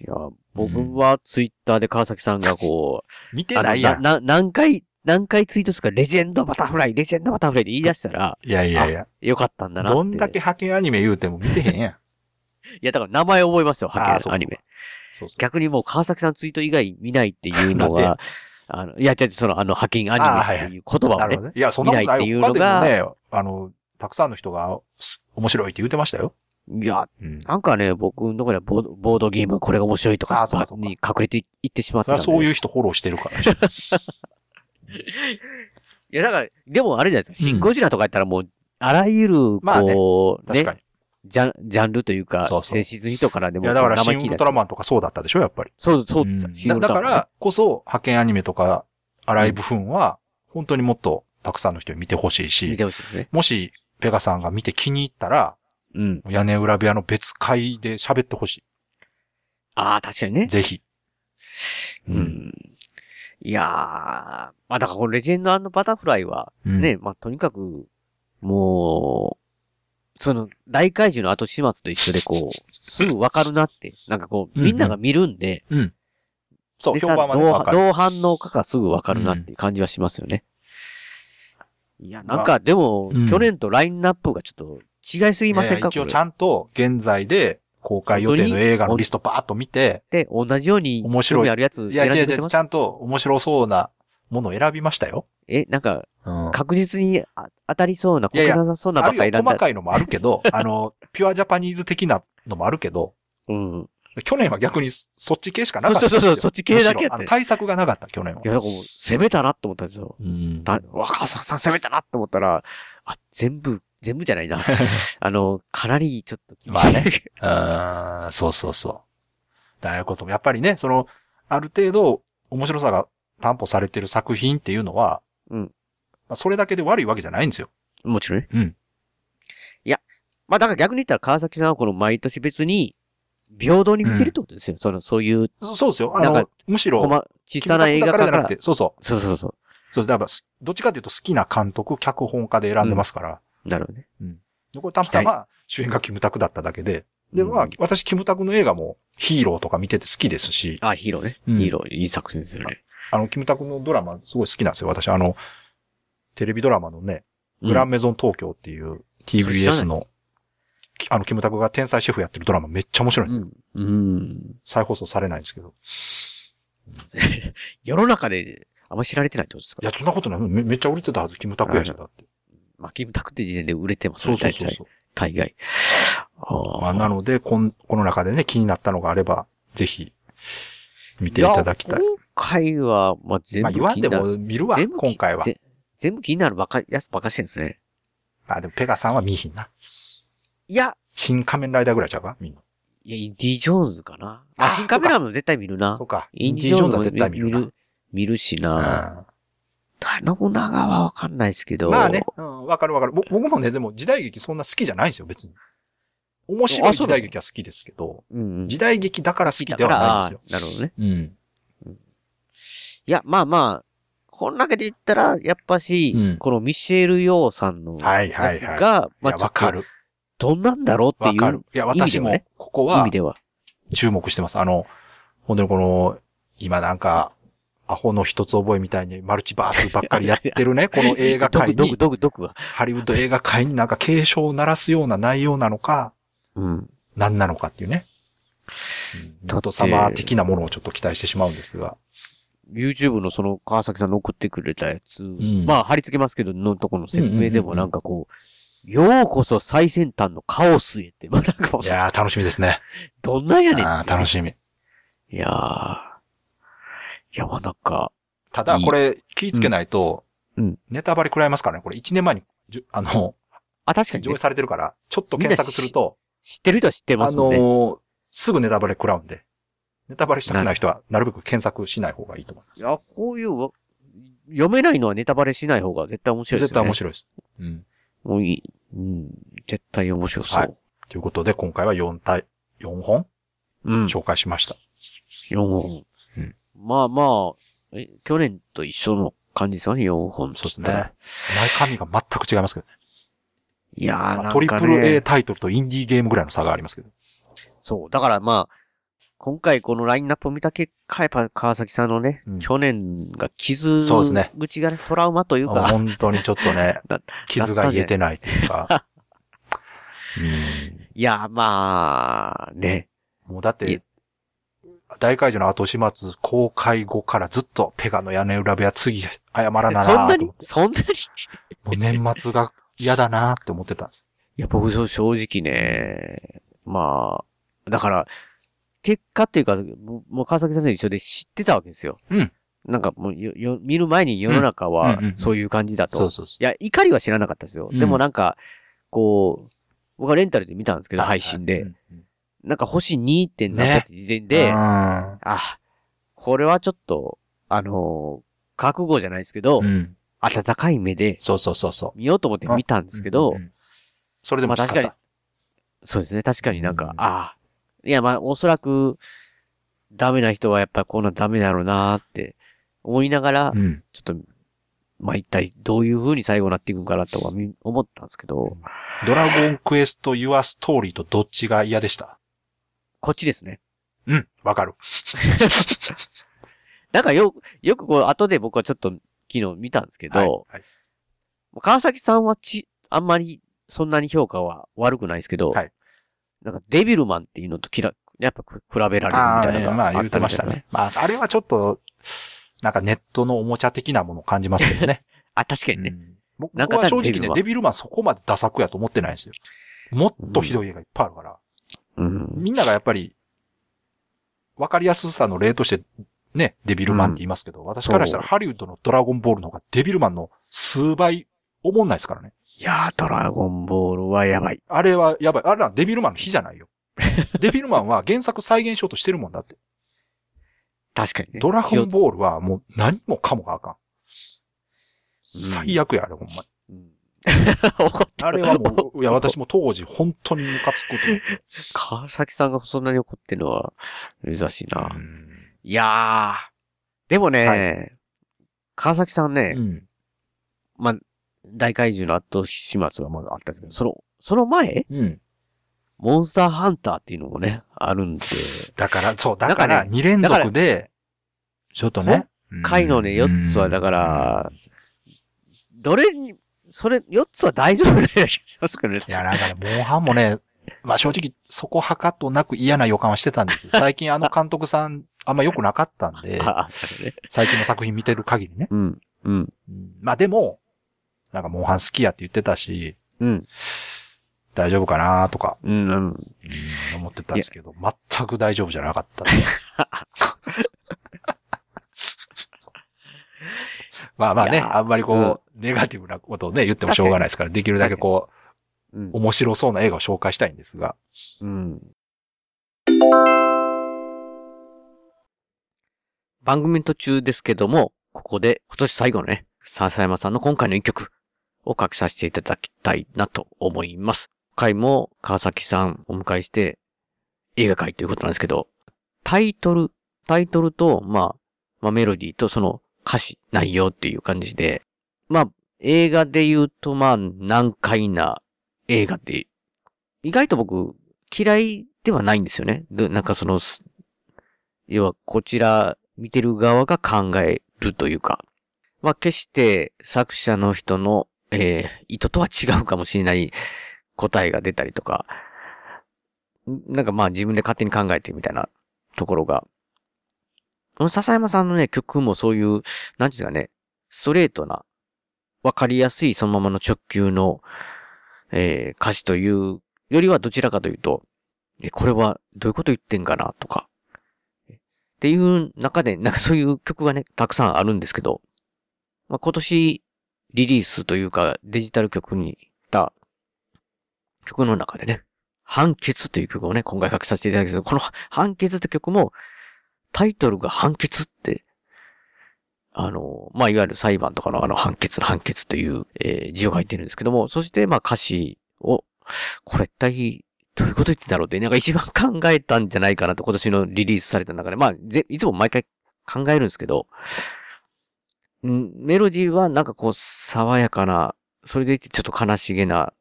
いや、僕はツイッターで川崎さんがこ見う、てないやあのん。なな何回、何回ツイートするか、レジェンドバタフライ、レジェンドバタフライで言い出したら、いやいやいや。よかったんだなって。どんだけ派遣アニメ言うても見 <laughs> てへんやいん。や、だから名前覚えますよ、あハーケそうアニメ。そうそう。逆にもう川崎さんツイート以外見ないっていうのなは、あの、いや、じゃその、あの、派遣アニメっていう言葉なをるねほどね。いや、そんなこと見ないないよ。っていうのが他でもね、あの、たくさんの人がす面白いって言ってましたよ。いや、うん。なんかね、僕のところではボードボードゲーム、これが面白いとか、あそうかそうかに隠れていってしまっそたれんはで。。そういうう人フォローしてるから。いや、だから、でもあれじゃないですか、シンゴジラとかやったらもう、あらゆる、まあねこう、確かに。ジャン、ジャンルというか、そうそう静シーズン人からでいも、や、だから、名シ前ン・聞いウたルりトラマンとかそうだったでしょ、やっぱり。そう、そうでうす。んシンウルだトラだマかンねら、こそ、派遣アニメとか、アライブフンは、本当にもっとたくさんの人に見てほしい見し、てほしいですね。もし、ペガさんが見て気に入ったら、うん。屋根裏部屋の別会で喋ってほしああ、確かにい。ね。ぜひ。う。ん。いやー、まあ、だからこのレジェンドバタフライは、うんね、まあ、とにかく、もう、その、大怪獣の後始末と一緒で、 <laughs> こう、すぐわかるなって、なんかこう、うんうんみんなが見るんで、そう、で評判はね、どうわかる。どう反応かがすぐわかるなっていう感じはしますよね。いや、なんか、でも、うん去年とラインナップがちょっと違いすぎませんいかこや一れ応ちゃんと、現在で、公開予定の映画のリストバーッと見て、で、同じように、面白い興味あるやついや、選ん違でうく違れてう、ますちゃんと面白そうなものを選びましたよ。え、なんか、うん。確実にあ当たりそうな、こいやいけやなさそうなばあっかるり選よんだ。細かいのもあるけど、 <laughs> あの、ピュアジャパニーズ的なのもあるけど、うん。去年は逆にそそっち系しかなそうかったんそでうすよ。そう、そっち系だけやむしろあっのて。。対策がなかった、去年はいや、なんかもう、攻めたなって思ったんですよ。うんだ若狭さん攻めたなって思ったら、あ、全部、全部じゃない <laughs> な。あの、かなりちょっと厳しい。まあねあーそうそうそう。だいうことも、やっぱりね、その、ある程度、面白さが担保されてる作品っていうのは、うんまあそれだけで悪いわけじゃないんですよ。もちろんね。うん。いや、まあだから逆に言ったら川崎さんはこの毎年別に、平等に見てるってことですよ。その、そういう、そそうですよ。あなんのか、むしろ、こま、小さな映画だか館からじゃならく。て、そうそう。そうそうそそう、だからす、どっちかというと好きな監督、脚本家で選んでますから。う。なるほどね。でこれたまたま主演がキムタクだっただけで。で、まうあん、私、キムタクの映画もヒーローとか見てて好きですし、あ、ヒーローね。うんヒーロー、いい作品ですよね。あの、キムタクのドラマすごい好きなんですよ。私、あの、テレビドラマのね、グランメゾン東京っていうそれ知らないです TBS の、きあの、キムタクが天才シェフやってるドラマめっちゃ面白いんですよ。うん。うん。再放送されないんですけど。世の中で、あんま知られてないってことですいかや、そんなことない。めめっちゃ売れてたはず、キムタクやしだって。まあ、キムタクって時点で売れてますそね。うそうそう大体そう。大概。あまあ、なので、こん、この中でね、気になったのがあれば、ぜひ、見ていただきたい。や今回は、まあ、全ま部あ、気言わんでになる。も見るわ、全部気今回は。ぜ全部気になるばかり、やつばかりしてるんですね。あ、でも、ペガさんは見いひんな。いや、新仮面ライダーぐらいちゃうかみんな。いや、インディ・ジョーンズかな。あ、あ新カメラも絶対見るなそう。か。イインンデディ・ィ・ジジョョーーンンズズは絶対は絶対見見るるなな。見るしうんな。頼む長はわかんないですけど。まあね、うんわかるわかる。ぼ僕もね、でも時代劇そんな好きじゃないんですよ、別に。面白あいそうな時の代劇は好きですけど、うんうん。時代劇だから好きではないんですよ。だからあーなるほどね。うん。いや、まあまあ、こん中で言ったら、やっぱし、うんこのミシェル・ヨーさんのはいはやいつが、はまいあや、ちょわっとか、る。どんなんだろうってわいかうる。いや、意味で私はもね、ここ意は味では。注目してます。あの、本当にこの、今なんか、アホの一つ覚えみたいにマルチバースばっかりやって <laughs> るね、この映画界ドクドクに、ドクドクは。ハリウッド映画界になんか警鐘を鳴らすような内容なのか、うん。何なのかっていうね。だってトト様的なものをちょっと期待してしまうんですが。 YouTube のその川崎さんの送ってくれたやつ、んまあ貼り付けますけど、のとこの説明でもうんうんうんなうんんかこう、ようこそ最先端のカオスへって、まあなんかもうい、やー、楽しみですね。どんなんやねん。あー楽しみ。いやー。いや、まあなんか、ただ、いいこれ、気ぃつけないとうんうん、ネタバレ食らいますからね。これ1年前に、じゅあの、あ、確かに、上 <laughs> ね映、されてるから、ちょっと検索すると、知ってる人は知ってまあすものんね。ー、すぐネタバレ食らうんで、ネタバレしたくない人は、なるべく検索しない方がいいと思いまいす。や、こういうわ、読めないのはネタバレしない方が絶対面白いです絶よ対ね。面白いです。うん。対面白い。もういい。うん。絶対面白そう。はいということで、今回は4体、4本うん。紹介しました。 4本。うんまあまあ、え去年と一緒の感じですよね、4本。そうですね。。中身が全く違いますけどいやー、まなあトんリかプル A ね。タイトルとインディーゲームぐらいの差がありますけど。そう。だからまあ、今回このラインナップを見た結果、やっぱ川崎さんのね、うん去年が傷そうですね口がね、トラウマというあか、本当にちょっとねだ、傷が癒えてないとい <laughs> うか。うんいやー、まあ、ね。もうだっいえて、大怪獣の後始末公開後からずっとペガの屋根裏部屋次謝らなそんななあとに思そんなにってもう年末が嫌だなって思ってたんです。いや、僕、そう正直ね、まあ、だから、結果っていうか、ももう川崎さんと一緒で知ってたわけですよ。うん。なんかもうよ、よ、見る前に世の中はうんうんうんうんそういう感じだと。 <laughs> そうそうそいや、怒りは知らなかったですよ。うんでもなんか、こう、僕はレンタルで見たんですけう。ど、配信で。うんうんなんか星2ってなった時点で、うんああ、これはちょっと、あのー覚悟じゃないですけど、ーうん。温かい目でそうそうそうそう。見ようと思って見たんですけど、うんうんうん、それでもまあ仕方、確かそうですね、確かになんか、うんああ、いや、まあ、おそらく、ダメな人はやっぱりこんなんダメだろうなーって思いながら、うん。ちょっと、まあ、一体どういう風に最後なっていくんかなとはみ思ったんですけど、ドラゴンクエスト、ユアストーリーとどっちが嫌でしたこっちですね。うん、わかる。なんかよ、よくこう、後で僕はちょっと昨日見たんですけど、はいはい川崎さんはち、あんまりそんなに評価は悪くないですけど、はいなんかデビルマンっていうのときら、やっぱく比べられるみあたあいなのね、がまあった言ってましたみいですね。。まあ、あれはちょっと、なんかネットのおもちゃ的なものを感じますけど <laughs> ね。あ、確かにね。うん僕なんかは正直デビルねマ、ンデビルマンそこまでダサくやと思ってないんですよ。もっとひどい映画いっぱいあるから、うん。みんながやっぱり、わかりやすさの例として、ね、デビルマンって言いますけど、私からしたらそうハリウッドのドラゴンボールの方がデビルマンの数倍思んないですからね。いやー、ドラゴンボールはやばい。あれはやばい。あれはデビルマンの日じゃないよ。デビルマンは原作再現しようとしてるもんだって。確かにね。ドラゴンボボールはもう何もかもがあかん。最悪や、あれほんまに。ール。怒ってるあれはもう、いや、私も当時本当にムカつくと思って川崎さんがそんなに怒ってるのは珍しい <laughs> な。うんいやー。でもね、は川崎さんね、うん。まあ、大怪獣の後始末がまだあったんですけど、その、その前うん。モンスターハンターっていうのもね、あるんで、だから、そう、なんだかかねら、2連続で、ちょっとね。回のね、4つはだから、どれに、それ、4つは大丈夫な気がしますけどね。うん、いや、なんかね、モンハンもね、 <laughs> まあ正直、そこはかとなく嫌な予感はしてたんですよ。 <laughs> 最近あの監督さん、あんま良くなかったんで、ああったね最近の作品見てる限りね。うん、うん、うんまあでも、なんかモンハン好きやって言ってたし、うん、大丈夫かなとか、うん、うん。うん思ってたんですけど、全く大丈夫じゃなか <laughs> った。まあまあいね、やーあんまりこう、ネガティブなことをね、言ってもしょうがないですから、できるだけこう、うん面白そうな映画を紹介したいんですが。うん番組の途中ですけども、ここで今年最後のね、笹山さんの今回の一曲を書きさせていただきたいなと思います。今回も川崎さんお迎えして映画会ということなんですけど、タイトル、タイトルと、まあ、まあメロディーとその歌詞、内容っていう感じで、まあ映画で言うとまあ難解な映画で、意外と僕嫌いではないんですよね。でなんかその、す要はこちら見てる側が考えるというか、まあ決して作者の人の、えー意図とは違うかもしれない答えが出たりとか、んなんかまあ自分で勝手に考えてみたいなところが、この笹山さんのね、曲もそういう、なんていうんですかね、ストレートな、わかりやすいそのままの直球の、えー歌詞というよりはどちらかというと、え、これはどういうこと言ってんかなとか、えっていう中で、なんかそういう曲がね、たくさんあるんですけど、まあ、今年リリースというかデジタル曲にした曲の中でね、判決という曲をね、今回書きさせていただきますけど、この判決って曲も、タイトルが判決って、あの、まあ、いわゆる裁判とかのあの判決の判決という、えー字を書いてるんですけども、そしてまあ歌詞をこれ一体、どういうこと言ってんだろうって、なんか一番考えたんじゃないかなと、今年のリリースされた中で。まあ、ぜいつも毎回考えるんですけど、うんメロディーはなんかこう、爽やかな、それでいてちょっと悲しげな、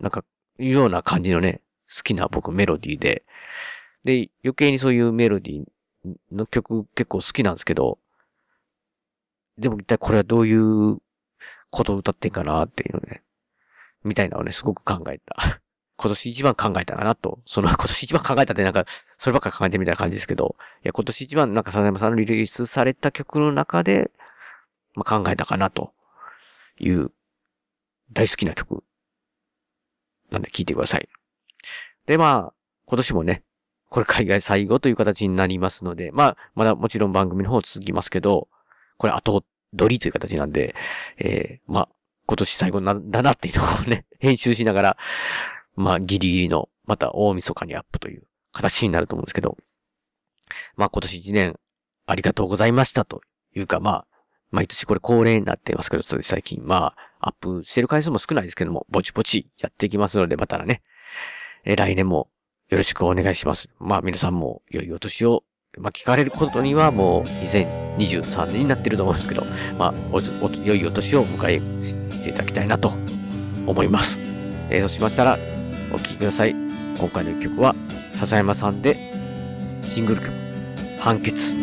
なんか、いうような感じのね、好きな僕メロディーで、で、余計にそういうメロディーの曲結構好きなんですけど、でも一体これはどういうことを歌ってんかなっていうのね、みたいなのをね、すごく考えた。今年一番考えたかなと、その今 <laughs> 年一番考えたってなんか、そればっか考えてみたいな感じですけど、いや、今年一番なんか笹山さんのリリースされた曲の中で、まあ、考えたかなという、大好きな曲なんで聞いてください。で、まあ、今年もね、これ海外最後という形になりますので、まあ、まだもちろん番組の方続きますけど、これ後取りという形なんで、えー、まあ、今年最後なんだなっていうのをね、編集しながら、まあ、ギリギリの、また大晦日にアップという形になると思うんですけど、まあ、今年1年ありがとうございましたというか、まあ、毎年これ恒例になってますけど、それ最近、まあ、アップしてる回数も少ないですけども、ぼちぼちやっていきますので、またね、えー来年もよろしくお願いします。まあ、皆さんも良いお年を、まあ、聞かれることにはもう2023年になってると思うんですけど、まあ、おとおと良いお年をお迎えししていただきたいなと思います。えーそうしましたら、お聴きください。今回の一曲は、笹山さんで、シングル曲、判決。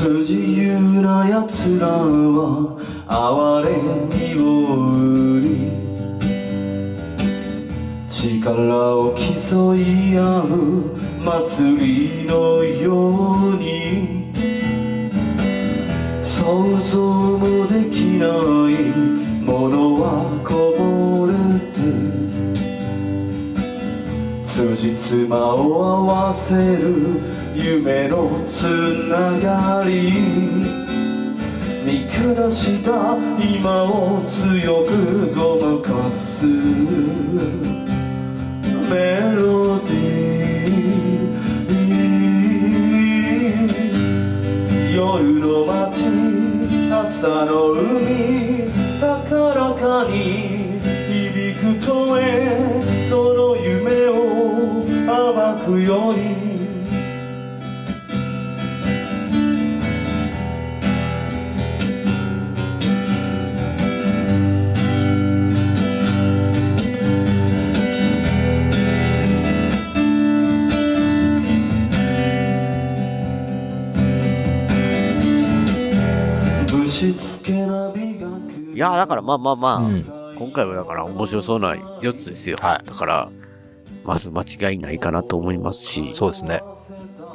不自由な奴らは哀れみを売り力を競い合う祭りのように想像もできないものはこぼれて辻褄を合わせる夢のつながり見下した今を強くごまかすメロディー夜の街朝の海高らかに響く声その夢を暴くようにぶしつけな美学いやー、だからまあまあまあ、うん。今回はだから面白そうな4つですよ。はいだから、まず間違いないかなと思いますし。そうですね。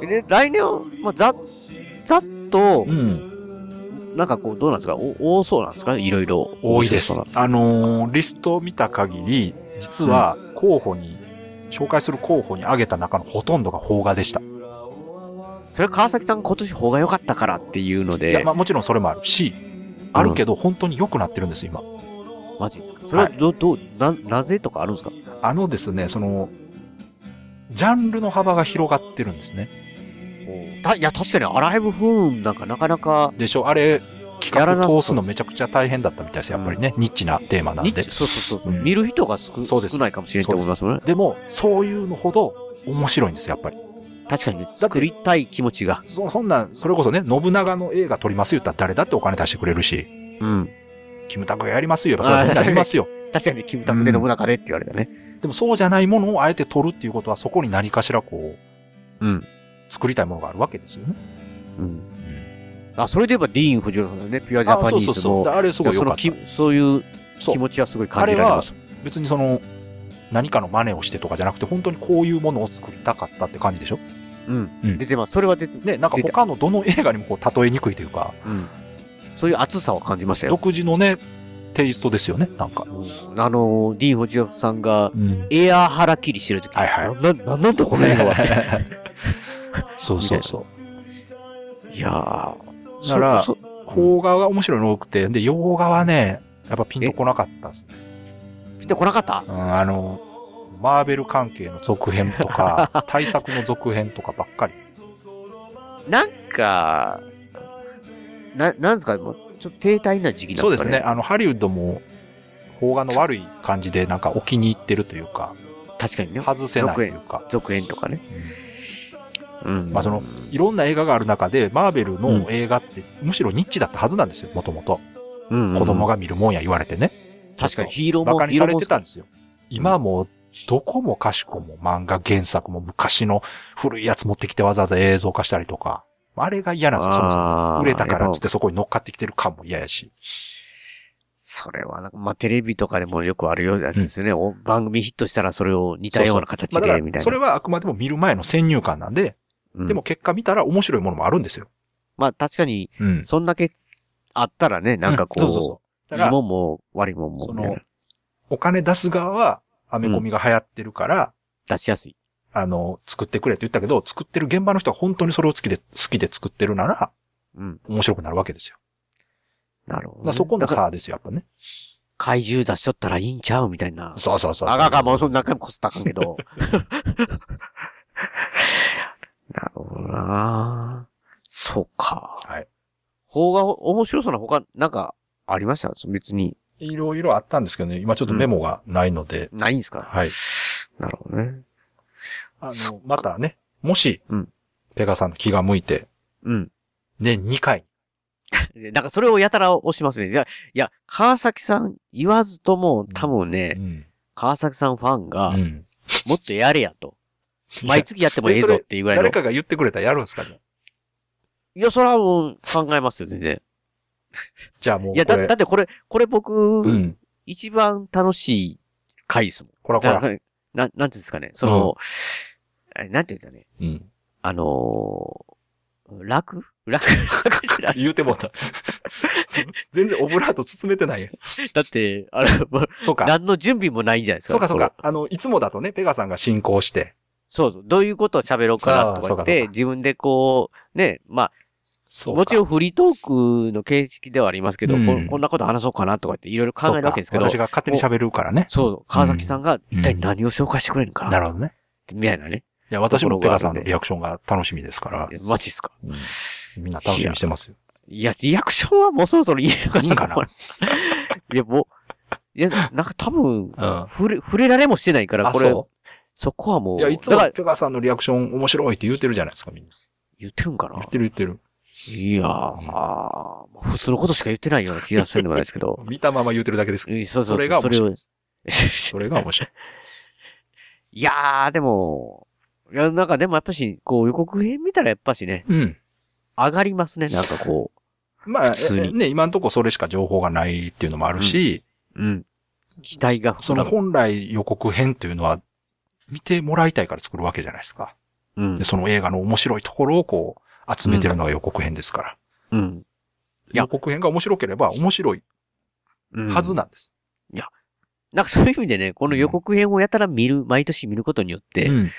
で来年は、まあ、ざ、ざっとう、ん。なんかこう、どうなんですかお多そうなんですかねいろいろ。多いです面白そう。あのーリストを見た限り、実は候補に、紹介する候補に挙げた中のほとんどが邦画でした。なそれは川崎さんが今年方が良かったからっていうのいや、で、まあもちろんそれもあるし、あるけど本当に良くなってるんです、今。マジですかそれはど、どう、な、なぜとかあるんですかあのですね、その、ジャンルの幅が広がってるんですね。たいや、確かにアライブ不運なんかなかなか、でしょあれ、やら企な画そう通すのめちゃくちゃ大変だったみたいです。やっぱりね、ニッチなテーマなんにで。そうそうそう、うん見る人が少そうです少ないかもしれんと思いますもんね。でも、そういうのほど面白いんですよ、やっぱり。確かにね、作りたい気持ちが。そそんなん、それこそね、信長の映画撮りますよったら誰だってお金出してくれるし、うん。キムタクがやりますよ、やっぱそれはみんなやりますよ。確かに、キムタクで信長でって言われたね。でもそうじゃないものをあえて撮るっていうことは、そこに何かしらこう、うん。作りたいものがあるわけですよね。うん。あ、それで言えばディーン・フジオラさんのね、ピュアジャパニーズも、あれすごいそ良かのっきた。そういうそう気持ちはすごい感じられます。別にその、何かの真似をしてとかじゃなくて、本当にこういうものを作りたかったって感じでしょうん。うん出てます。それは出て、ね、なんか出て他のどの映画にもこう例えにくいというか、うん。そういう熱さを感じましたよ。独自のね、テイストですよね、なんか。うんあの、ディーン・フジオラさんが、うん。エアー腹切りしてるとき。はいはいな、ななんだこの映画は。 <laughs> そうそうそう。いやー。だからそ、そ邦画が面白いの多くて、で、洋画はね、やっぱピンとこなかったですね。ピンとこなかったうん、あの、マーベル関係の続編 <laughs> とか、対策の続編とかばっかり。なんか、な、なんですか、もうちょっと停滞な時期なんそうでですすかね、ね。あの、ハリウッドも、邦画の悪い感じで、なんかお気に入ってるというか、確かにね。外せないというか、続編とかね。うん。まあその、いろんな映画がある中で、マーベルの映画って、むしろニッチだったはずなんですよ、もともと。うんうん子供が見るもんや言われてね。確かにヒーローバもカん、にヒーさロれーもんてたんですよ。今はもう、どこもかしこも漫画原作も昔の古いやつ持ってきてわざわざ映像化したりとか。あれが嫌なんですよ、そもそもあー売れたからやっっつっぱてそこに乗っかってきてる感も嫌やし。それはなんか、まあテレビとかでもよくあるようなやつですよね。お番組ヒットしたらそれを似たような形まあだで、かみたら、いそな。れはあくまでも見る前の先入観なんで、うんでも、結果見たら面白いものもあるんですよ。まあ確かに、うん。そんだけあったらね、なんかそうそうこそうう、だいかいらもんも悪いもんもそみたいのな。、お金出す側は、アメコミが流行ってるから、出しやすい。あの、作ってくれって言ったけど、作ってる現場の人は本当にそれを好きで、好きで作ってるなら、うん。面白くなるわけですよ。なるほだど、からそこのだから差ですよ、やっぱね。怪獣出しとったらいいんちゃうみたいな。そうそうそう。あがが、もうそんな回もこすったらあかんけど。 <laughs> なるほどなそうか。はい。方が面白そうな他、なんか、ありました別に。いろいろあったんですけどね、今ちょっとメモがないので、ないんですかはい。なるほどね。あの、またね、もし、うんペガさんの気が向いて、うん。年2回、でなんかそれをやたら押しますね。いや、いや、川崎さん言わずとも、多分ね、うん川崎さんファンがう、んもっとやれやと。毎月やってもええぞっていうぐらいの。誰いかが言ってくれたらやるんですかねや、それはもう考えますよ、全然。じゃあもうこれ。いや、だ、だってこれ、これ僕、うん。一番楽しい回ですもん。こらこ。だかららなん、なんていうんですかね、その、あれなんていうんですかね、うん。あのー、楽 <laughs> 楽楽じゃな <laughs> い。言うても <laughs> うた。全然オブラート包めてないやん。だって、あれ、もうそうか。何の準備もないんじゃないですか。そうかそうこかれ。。あの、いつもだとね、ペガさんが進行して、そうそう。どういうことを喋ろうかなとかそう言っかそうて、か自分でこう、ね、まあ、そうか。もちろんフリートークの形式ではありますけど、うんこんこんなこと話そうかなとかっていろいろ考えるわけですけど、そうか私が勝手に喋るからね。そう、川崎さんが一体何を紹介してくれるのかな、なるほどね。みたいなね。いや、私もペガさんのリアクションが楽しみですからい、やマジっすか。うんみんな楽しみにしてますよ。いや、リアクションはもうそろそろいいのかな。いいんかな <laughs> いや、もう、いや、なんか多分、うん触れ、触れられもしてないから、あ、これ、そそこはもうう、いや、いつだかもらペガさんのリアクション面白いって言ってるじゃないですか、みんな。言ってるんかな言ってる言ってる。。いやー、まあ普通のことしか言ってないような気がするんでもないですけど見たまま言ってるだけですけうんそうそうそう。 <laughs> それが面白いを。 <laughs> ど、それが面白い。いやー、でも、いや、なんかでもやっぱし、こう予告編見たらやっぱしね、うん。上がりますね、なんかこまあ、普通にね、今んとこそれしか情報がないっていうのもあるし、う。うん。期待がそ膨らのむ。本来予告編っていうのは、見てもらいたいから作るわけじゃないですか。うんで、。その映画の面白いところをこう、集めてるのが予告編ですから。うん。いや予告編が面白ければ面白いうんはずなんです。なんかそういう意味でね、この予告編をやたら見る、毎年見ることによって、うん。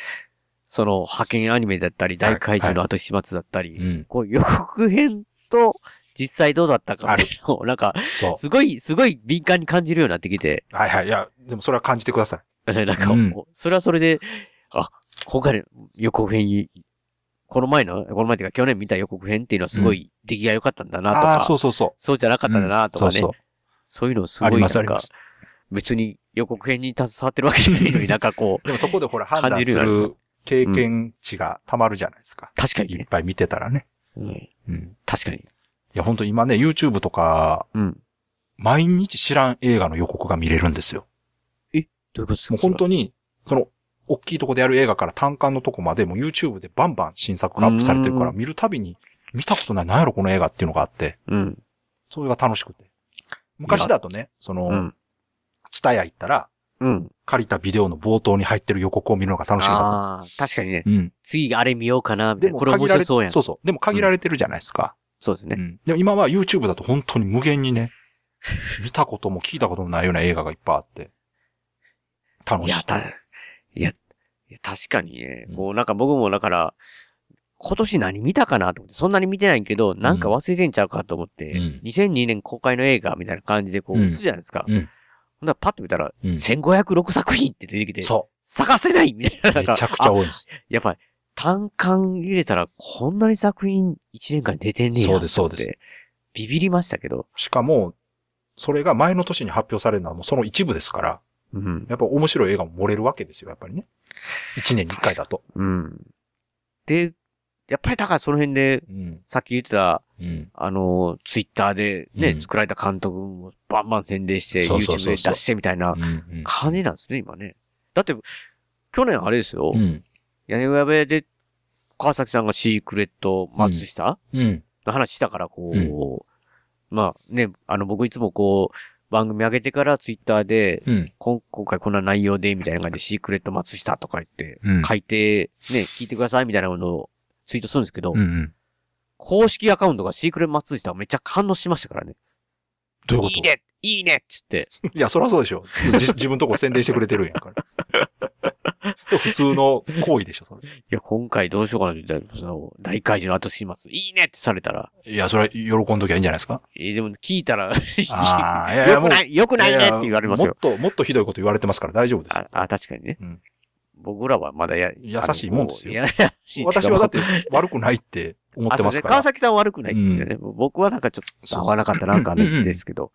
その派遣アニメだったり、はい大怪獣の後始末だったり、うん。こう予告編と実際どうだったかっていう <laughs> のを、なんか、そう。すごい、すごい敏感に感じるようになってきて、 <laughs> はいはい。いや、でもそれは感じてくださなんか、うんそれはそれで、あ、今回の予告編に、この前の、この前っていうか去年見た予告編っていうのはすごい出来が良かったんだい。なとあか、あー、そそううそうそう。じゃなかったんだなとかね、うんそうそうそう。いうのすあごりいなますあんりかます、。別に予告編に携わってるわけじゃ <laughs> ないのになんかこう、でもそこでほら判感断じするよる経験値が溜まるじゃないですか。確かにいっね、ぱい見てたらね。うん、うん。確かに。いや、本当今ね、YouTube とか、うん。毎日知らん映画の予告が見れるんですよ。どういうことですかもう本当に、その、大きいとこでやる映画から単館のとこまで、もう YouTube でバンバン新作がアップされてるから、う見るたびに、見たことない、なんやろこの映画っていうのがあって、うん。それが楽しくて。昔だとね、その、。ツタヤ行ったら、うん。借りたビデオの冒頭に入ってる予告を見るのが楽しみだったんです。ああー、確かにね。うん。次あれ見ようかな、みたいでな。もこれ面限ら白れ、そうやん。そそうそう。でも限られてるじゃないですか。うですうね。ん。でも今は YouTube だと本当に無限にね、見たことも聞いたこともないような映画がいっぱいあって、楽いしいや、。た、いや、いや確かにねう。んこう、なんか僕もだから、今年何見たかなと思って、そんなに見てないけど、なんか忘れてんちゃうかと思って、うん2002年公開の映画みたいな感じでこう、うん映すじゃないですか。うんほんならパッと見たら、うん1506作品って出てきて、そ探せないみたいな。う。めちゃくちゃあ多いです。やっぱり、単管入れたら、こんなに作品1年間出てんねや。そうですそうですと思って。ビビりましたけど。しかも、それが前の年に発表されるのはもうその一部ですから、うん。やっぱ面白い映画も漏れるわけですよ、やっぱりね。一年に一回だと。うん。で、やっぱりだからその辺で、うん。さっき言ってた、うん。あの、ツイッターでね、うん作られた監督もバンバン宣伝して、そうそう YouTube そでうそう出してみたいなうん。感じなんですね、今ね。だって、去年あれですよう、ん。屋根裏部屋で、川崎さんがシークレット松下うん。の話したから、こう、まあね、あの、僕いつもこう、番組上げてからツイッターで、うん。こん今回こんな内容で、みたいな感じで、シークレット松下とか言って、うん。書いて、ね、聞いてくださいみたいなものをツイートするんですけど、うんうん。公式アカウントがシークレット松下はめっちゃ感動しましたからね。どういうこといいねいいねっつって。いや、そりゃそうでしょ。すぐじ自 <laughs> 分のとこ宣伝してくれてるんやから。普通の行為でしょ、それ。いや、今回どうしようかなみたいな、その、大怪獣の後始末。いいねってされたら、いや、それは喜んどきゃいいんじゃないですか。えーでも聞いたら、ああ、いやい <laughs> や、よもくう。ない、よくないねって言われますよ。いやいやもっと、もっとひどいこと言われてますから大丈夫ですよ。ああ、確かにね。うん僕らはまだや、優しいもんですよあのもういや優しいっていうか私はだって悪くないって思あっそてうですますね。から。川崎さんは悪くないですよね。僕はなんかちょっと合わなかったなんかなんですけど。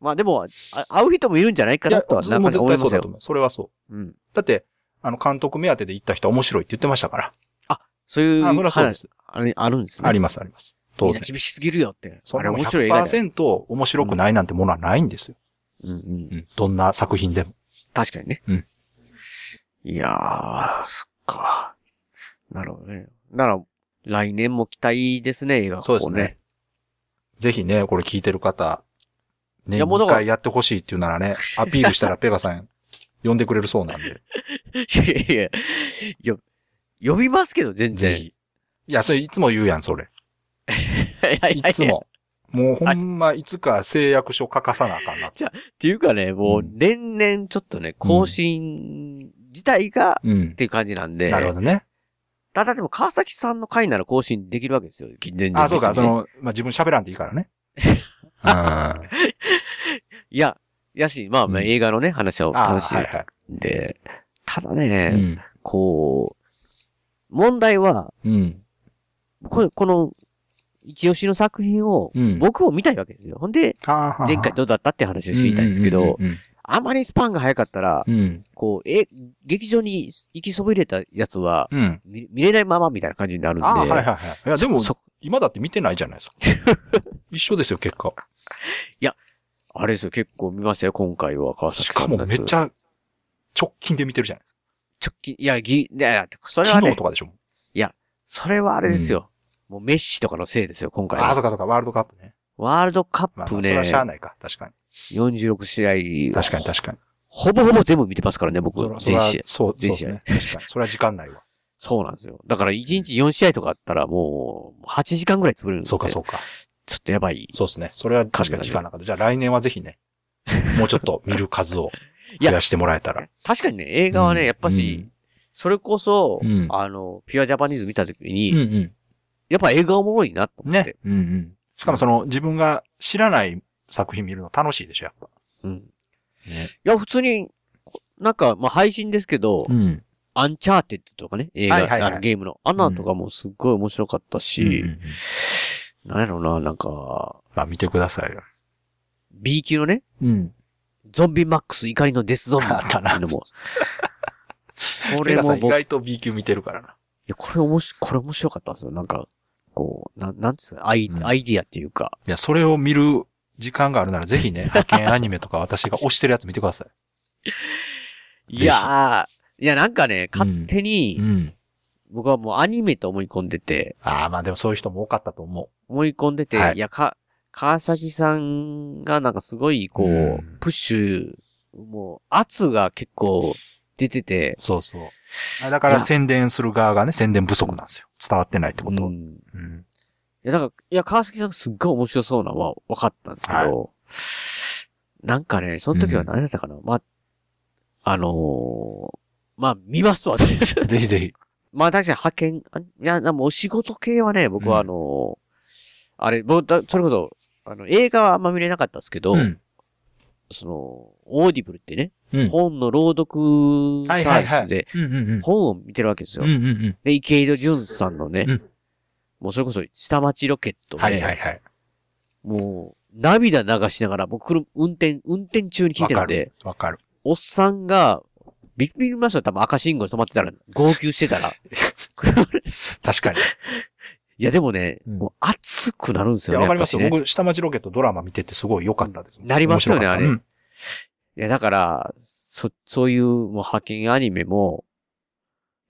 まあでも、あ会う人もいるんじゃないかいやなとは、なんもうか絶思い対そまうすだとよ。思う。それはそう。うん。だって、あの、監督目当てで行った人は面白いって言ってましたから。そういうあ、それはそうで話、す。あれあるんですね。あります、あります。当みん然な。厳しすぎるよって。そあんれなもん面白い映画だよ。 100%面白くないなんてものはないんですよ。うんうんうん。どんな作品でも。確かにね。うんいやー、そっか。なるほどね。なら、来年も期待ですね、映画、そうですこねこね。ぜひね、これ聞いてる方、ね、いやもうだ一から回やってほしいっていうならね、アピールしたらペガさ <laughs> ん呼んでくれるそうなんで。いやいやいや、よ、呼びますけど、全ぜ然。 <laughs> ひ。いや、それいつも言うやん、それ。いやいいやいつや。っも。もうほんま、いつか誓約書書かさなあかんな。ていうかね、もう、うん年々ちょっとね、更新自体が、うんっ。ていう感じなんで。なるほどね。ただでも、川崎さんの回なら更新できるわけですよ、近年あ、そうか、そ。の、まあ、自分喋らんでいいから <laughs> ね。うんいや、やし、まあ、まあうん映画のね、話はあ楽しいはいですはんで、ただい。ね、うん。こう、問題は、うん。これこの、一押しの作品をう、ん僕も見たいわけですよ。ほんで、あー前回どうだったって話をしていたいんですけど、。うんあまりスパンが早かったら、うんうんうん。こう、え、劇場に行きそびれたやつは、うんうん。見見れないままみたいな感じになるんで。あーはいはいはい。いや、でも、そ今だって見てないじゃないですか。一緒ですよ、結果。あれですよ、結構見ましたよ、今回は、川崎しさかんのもやつ。めっちゃ直近で見てるじゃないですか。直近、いや、ぎ、いやいや、それは昨日ねと、かでしょ。それはあれですよ。もうメッシとかのせいですよ、今回ああ、は。そうかそうか、ワールドカップね。ワールドカまッあ、まプあそねれは、しゃあないか。確かに。 46試合、確かに確かに。ほぼほぼ全部見てますからね、僕それ、はそれ全は試合。そう、そう全です試合ね。確かに。それは時間ないわ。そうなんですよ。だから1日4試合とかあったらもう8時間ぐらい潰れるんで。。そうかそううか。ちょっとやばい。そうですね。それは確かに時間なかった。じゃあ来年はぜひね、もうちょっと見る数を増やしてもらえたら。確かにね、映画はね、うんやっぱし、それこそ、うんあの、ピュアジャパニーズ見たときに、うんうん。やっぱ映画おもろいなと思って。ね。うんうん。しかもその自分が知らない作品見るの楽しいでしょ、やっぱ。うん。ねいや、普通に、なんか、まあ、配信ですけど、ん。アンチャーテッドとかね、映画、はいはいはいあのゲームの、あんなんとかもすっごい面白かったし、なんやろな、なんか、まあ見てくださいよ。 B 級のね、うん。ゾンビマックス怒りのデスゾンビあっったていうなの。も、こレれガさもん意僕、い外と B 級見てるからな。や、これ面白、これ面白かったんですよ。なんか、こう、なん、なんつうのアイ、うんアイディアっていうか、いや、それを見る時間があるならぜひね、派 <laughs> 遣アニメとか私が推してるやつ見てくださいやー、いや、なんかね、勝手い。に、ん。僕はもうアニメと思い込んでて、ああ、まあでもそういう人も多かったと思思い込んでて、はいい、や、か、川崎さんがなんかすごい、こう、うんプッシュ、もう、圧が結構出ててう。、そうそう。あだから宣伝する側がね、宣伝不足なんですよ。伝わってないってこと。うんうんいや、だから、いや、川崎さんすっごい面白そうなのは分かったんですけど、なんかね、その時は何だったかな、まあ、あのーまあ、見ますわ、とりあえずぜひぜひ。 <laughs> まあ、確かに派遣、あいや、でもお仕事系はね、僕はあのーあれ、僕だ、それこそ、あの、映画はあんま見れなかったんですけど、うんその、オーディブルってね、うん本の朗読サはいはーいビはいスで、うんうんうん。本を見てるわけですよ。うんうんうん。で、池井戸潤さんのね、うんもうそれこそ下町ロケットで、はいはいはい。もう涙流しながら、僕、車運転、運転中に聞いわてるかんでる、。わかる。おっさんが、ビックビりましたよ多分赤信号で止まってたら、号泣して <laughs> たら。確 <laughs> かに。いや、でもね、うんもう熱くなるんですいよや、ね。わかりますよ。やっぱしね僕、下町ロケットドラマ見ててすごい良かったですもん。なりますよね面白かったあれうんいや、だから、そ、そういう、もう派遣アニメも、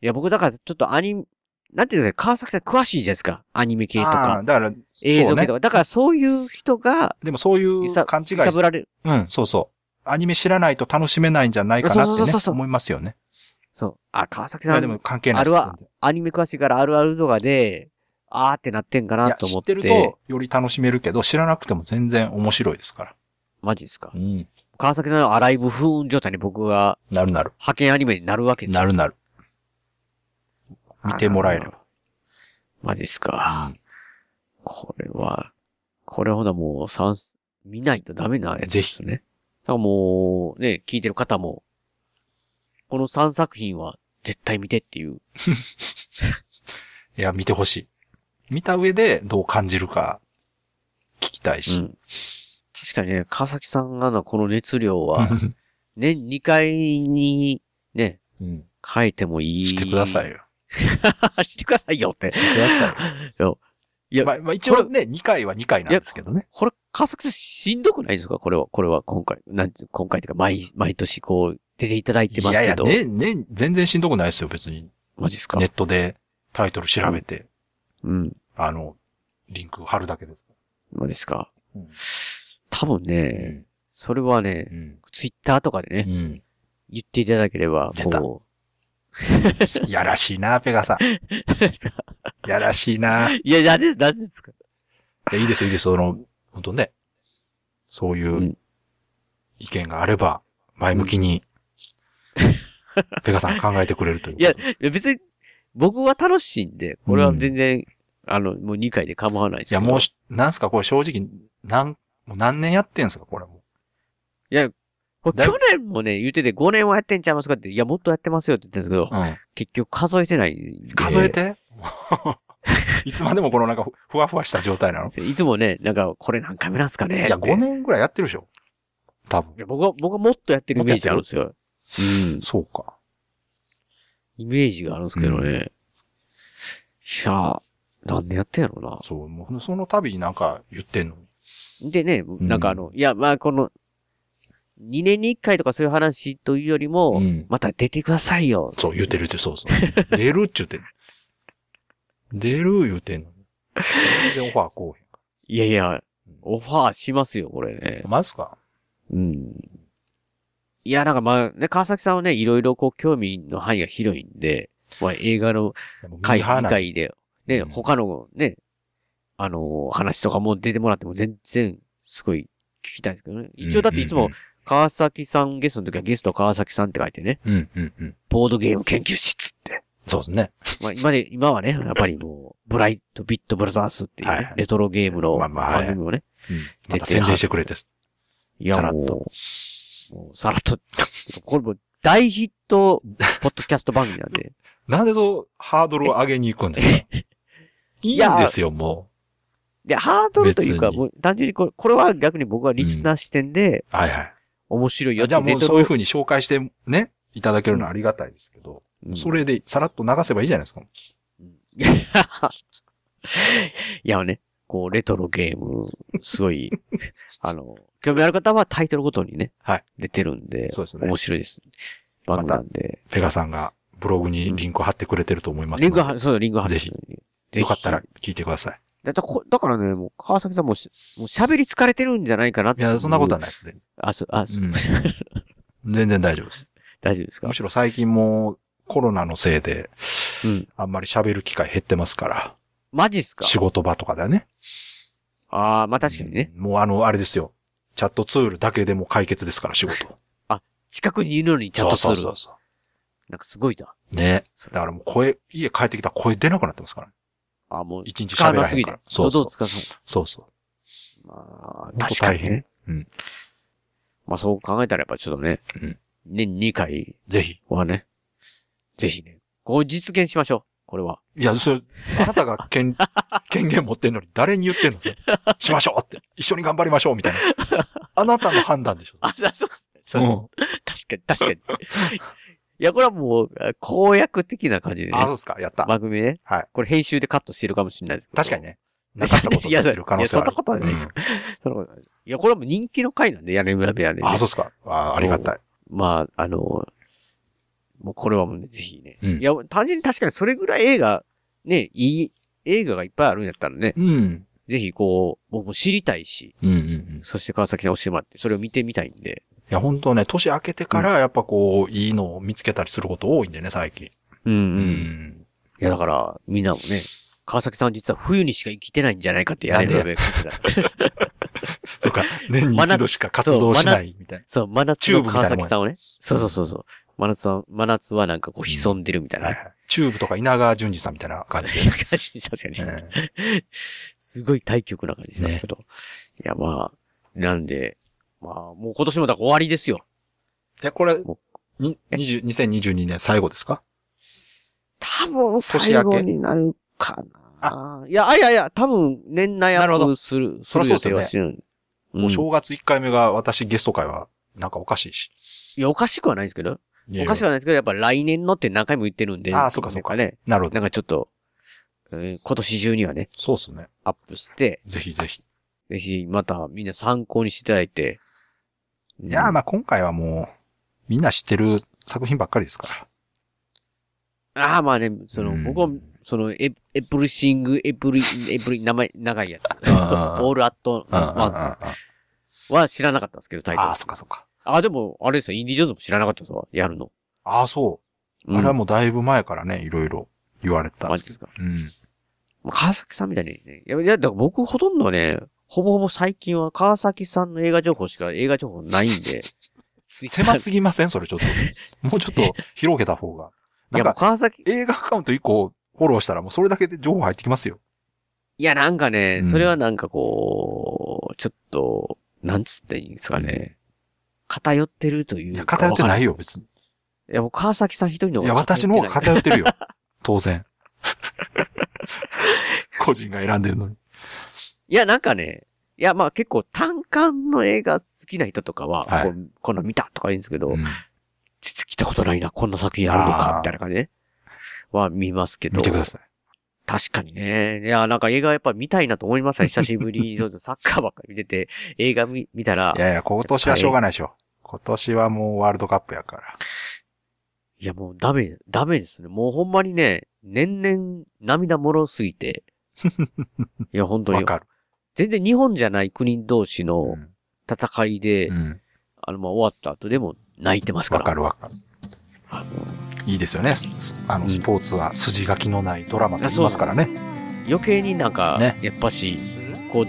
いや、僕、だから、ちょっとアニメ、なんていうのかな、川崎さん詳しいじゃないですか。アニメ系とあかあ、、だから、映そ像う系ねとか。。だから、そういう人が、でもそういう揺さ勘違い揺さぶられる。うん、そうそう。アニメ知らないと楽しめないんじゃないかなってそうそうねそう、そう思いますよね。そう。あ、川崎いさや、でもん、関係ないですあれはアニメ詳しいからあるある動画で、あーってなってんかいなや、と知思っっててるとより楽しめるけど、知らなくても全然面白いですから。マジですかう。ん。川崎さんのアライブ風雲状態に僕がなるなる。派遣アニメになるわけですなるなる。見てもらえれば。マジですか。これは、これほなもう、さん、見ないとダメなやつですね。だからもう、ね、聞いてる方も、この3作品は絶対見てっていう。いや、見てほしい。見た上でどう感じるか聞きたいし。ん。確かにね、川崎さんがのこの熱量は、 <laughs> 年2回に、ね、うん。書いてもいい。してくださいよ。よ。 <laughs> してくださいよって。してくださいよ。いや、まあ、まあ、一応ね、2回は2回なんですけどね。これ、川崎さんしんどくないですかこれは、これは今回、なんつ今回というか、毎、毎年こう、出ていただいていますやいけや、ど。ね、ね、全然しんどくないですよ、別に。マジっすか、ネットでタイトル調べて、うん。あの、リンク貼るだけです。マジっすかうん多分ね、それはねう、ん。ツイッターとかでうね、 <laughs> ん。言っていただければ、出たこいやらしいな、ペガさん。やらしいな。いう <laughs> 。いや、なんで、なんでですかやいいですよ、いいですよ。その、本当ね。そういううん意見があれば、前向きに、ペガさん考えてくれると <laughs> いう。いや、いや別に、僕は楽しいんで、これは全然、あの、もう2回で構わないですいけや、ど。もうし、なんすか、これ正直、なん、もう何年やってんすか、これもこれだい去年もね、言ってて5年はやってんちゃいますかって、いや、もっとやってますよって言ってたんですけう。ど、うん。結局数えてないんで数えて、 <laughs> いつまでもこのなんかふ、ふわふわした状態なのいつもね、なんか、これ何回目なんすかねっていや、5年ぐらいやってるでしょ多い分。や僕は、僕はもっとやってるイメージあるんですよ。うん。そうか。イメージがあるんですけどね。ういやあ、なんでやってんやろうそう、もうその度になんか言ってんのに。な。でね、なんかあの、いや、まあこの、2年に1回とかそういう話というよりも、うんまた出てくださいよ。そう、言ってるって、そうそう。 <laughs> 出るっちゅうてんの。出る言うてんのに。全然オファーこうへいやいやうん、オファーしますよ、これねん。。マジっすかうん。いや、なんかまあ、ね、川崎さんはね、いろいろこう、興味の範囲が広いんで、まあ映画の会、会議ない。会で、ね、うん他のね、あのー話とかも出てもらっても全然、すごい聞きたいんですけどね。一応だっていつも、川崎さんゲストの時はゲスト川崎さんって書いてね、うん。うん、うん、うん。ボードゲーム研究室って。そうですね。まあ今で、今はね、やっぱりもう、ブライトビットブラザースっていうね、はいレトロゲームのまあまあ番組をね、うん。また宣伝してくれて。いやさらっともう、もうさらっと、これもう大ヒッ <laughs> ト、ポッドキャスト番組なんで。なんでそう、ハードルを上げに行くん <laughs> ですかいいんですよ、もで、ハードルというか、別にもう単純にこれ、これは逆に僕はリスナー視点で、う。はいはい。面白いいよや、ってじゃあもレうトロそういうふうに紹介してね、いただけるのはありがたいですけど、うん <laughs> それでさらっと流せばいいじゃないですか。いやね、こう、レトロゲーム、すごい、 <laughs> あの、興味ある方はタイトルごとにね、はい出てるんで、そうですね面白いです。番組なんで。ペガさんがブログにリンクを貼ってくれてると思いますリンのクで。は、そう、リンクは貼るぜひぜひよかったら。聞いてください。だだこだからね、もう、川崎さんもし、もう喋り疲れてるんじゃないかなっていいや、そんなことはない。ないですね。あ、そう、あ、そううん全然大丈夫です。 <laughs> 大丈夫ですかむしろ最近もコロナのせいで、うん。あんまり喋る機会減ってますから、マジっすか仕事場とかだね。ああ、まあ確かにね。うん。もうあの、あれですよ。チャットツールだけでも解決ですから、仕事。近くにいるのに <laughs> チャットすそうる。そうそうそなんかすごいな。う。ね。そだれからもう声、家帰ってきたら声出なくなってますからね。あ、もう、一日使わ喋ならすへんぎかてら。。そ喉をうそう。使わないそうそう。まあ、本当確かに、大ね。うん。まあそう考えたらやっぱちょっとね、うん年2回ぜひ。はね、ぜひね、こう実現しましょう。これは。いや、それ、あなたが権 <laughs> 権限持ってんのに誰に言ってんのそれしましょうって。一緒に頑張りましょうみたいな。あなたの判断でしょ。あ、そうそうう、ん。確かに、確かに。いや、これはもう、あ公約的な感じでね。あ、そうですか。やった。番組ね。はい。これ編集でカットしてるかもしれないですけど。確かに。ね。なかったこといや、にそなうる可能性はあいやそんなる。ことはないですよそのいや、これはもう人気の回なんで、屋根裏部屋で、うね。んあ、そうですか。あありがたい。まあ、あの、もうこれはもうね、ぜひね。うんいや、単純に確かにそれぐらい映画、ね、いい映画がいっぱいあるんやったらね、うん。ぜひこう、僕も知りたいし、うんうんうん。いそして川崎さんに教えてもらって、それを見てみたいんで。や、本当ね、年明けてから、やっぱこう、いいのを見つけたりすること多いんでね、最近。うんう。うんいや、だから、みんなもね、川崎さん実は冬にしか生きてないんじゃないかって屋根裏部屋書いてた。そうか、年に一度しか活動しないみたいな。そう、真夏チューのブみたいな川もん崎さんをね。そうそうそうそう。真夏さん、真夏はなんかこう潜んでるみたいなはね。いはいチューブとか稲川淳二さんみたいな感じでね。確かに。えすごい対極な感じしますけど。いや、まあ、なんで、まあ、もう今年もだから終わりですよ。いや、これ、もに20 2022年最後ですか多分最後になるかな。いや、あいやいや、多分年内アなるほッどプする、すそりるゃ予そ定うはでしすてる。うんお正月1回目が私ゲスト会は、なんかおかしいし。いや、おかしくはないですけど。おかしくはないですけど、やっぱ来年のって何回も言ってるんで。あーそうかそうかなんね。なるほなど。んかちょっと、えー今年中にはね、そうですね。アップして、ぜひぜひ。ぜひまたみんな参考にしていただいて。いやー、まあ。あ今回はもう、みんな知ってる作品ばっかりですから。あーまあね、その、うん僕は、その、エエプリシング、エプリ、エプリ、名前、長いやつ。オ <laughs> あーールアットうんうんうんうんワンスは知らなかったんですけど、タイトル。ああ、あそっかそっか。あー、でも、あれですよ、インディ・ジョーンズも知らなかったぞ、やるの。ああ、そうう。んあれはもうだいぶ前からね、いろいろ言われてたんマでジすでけすか。 <laughs> ど。うん。まあ川崎さんみたいにね。いや、いや、だから僕ほとんどね、ほぼほぼ最近は川崎さんの映画情報しか映画情報ないんで。 <laughs> 狭すぎませんそれちょっ <laughs> と。もうちょっと広げた方が。いなや、んもうか、川崎、映画アカウント1個フォローしたらもうそれだけで情報入ってきますよ。いや、なんかね、うんそれはなんかこう、ちょっと、なんつっていいんですかね。偏ってるといいうや、か。偏ってないよ。よ、別に。いや、もう川崎さん一人のいや、私の方が偏って偏って <laughs> るよ。当然。個人が選んでるのに。ないいや、なんかね、いや、まあ結構単館の映画好きな人とかは、はこいうこんなん見たとか言うんですけど、うんちょっと来たことないな、こんな作品あるのかあ、ーみたいな感じね。は見ますけど。見てください。確かにね。いや、なんか映画やっぱ見たいなと思いました <laughs> ね。久しぶりに、ちょっとサッカーばっかり見てて、映画見見たらい、やいや、今年はしょうがないでしょ。今年はもうワールドカップやから。いやもうダメ、ダメですね。もうほんまにね、年々涙もろすぎ <laughs> て。いや、本当わに。かる。全然日本じゃない国同士うのん戦いで、うん。あの、まあ、終わった後でも泣いてますかわら。かるわかる。あのいいですよね。すあうの、んスポーツは筋書きのないドラマと言いますからね。余計になんか、ねやっぱし、こう、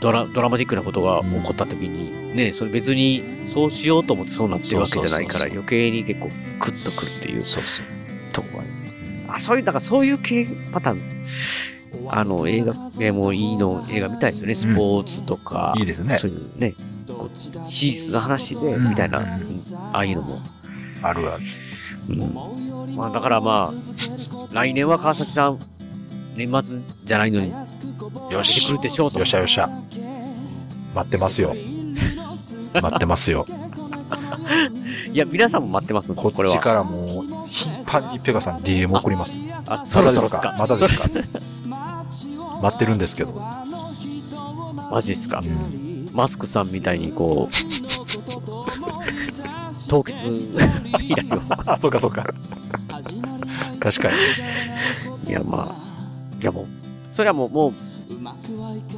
ドラ、ドラマティックなことが起こった時に、ね、それ別にそうしようと思ってそうなってるわけじゃないから、そうそうそうそ余計に結構グッとくるっていうそうそう。とこがある。あ、そういう、だからそういう系パターン、あの、映画、ね、もういいの、映画見たいですよね。スポーツとか、いいですねそ。ういうね、こう史実の話で、うんみたいな、うんああいうのも。あるある。うんまあ、だからまあ、来年は川崎さん、年末じゃないのに、よ出てし。くるでしょうとよっ。しゃよっしゃ。待ってますよ。 <laughs> 待ってますよ。いや、皆さんも待ってます、ここれっちは。からもう、頻繁にペガさん DM 送ります。あ、そろそろっすか。まだですかそろ待ってるんですけど。マジっすかう。んマスクさんみたいにこう、凍結依頼を。あ、そうかそうか。 <laughs> 確かに。いや、まあ、いやもう、それはもう、もう、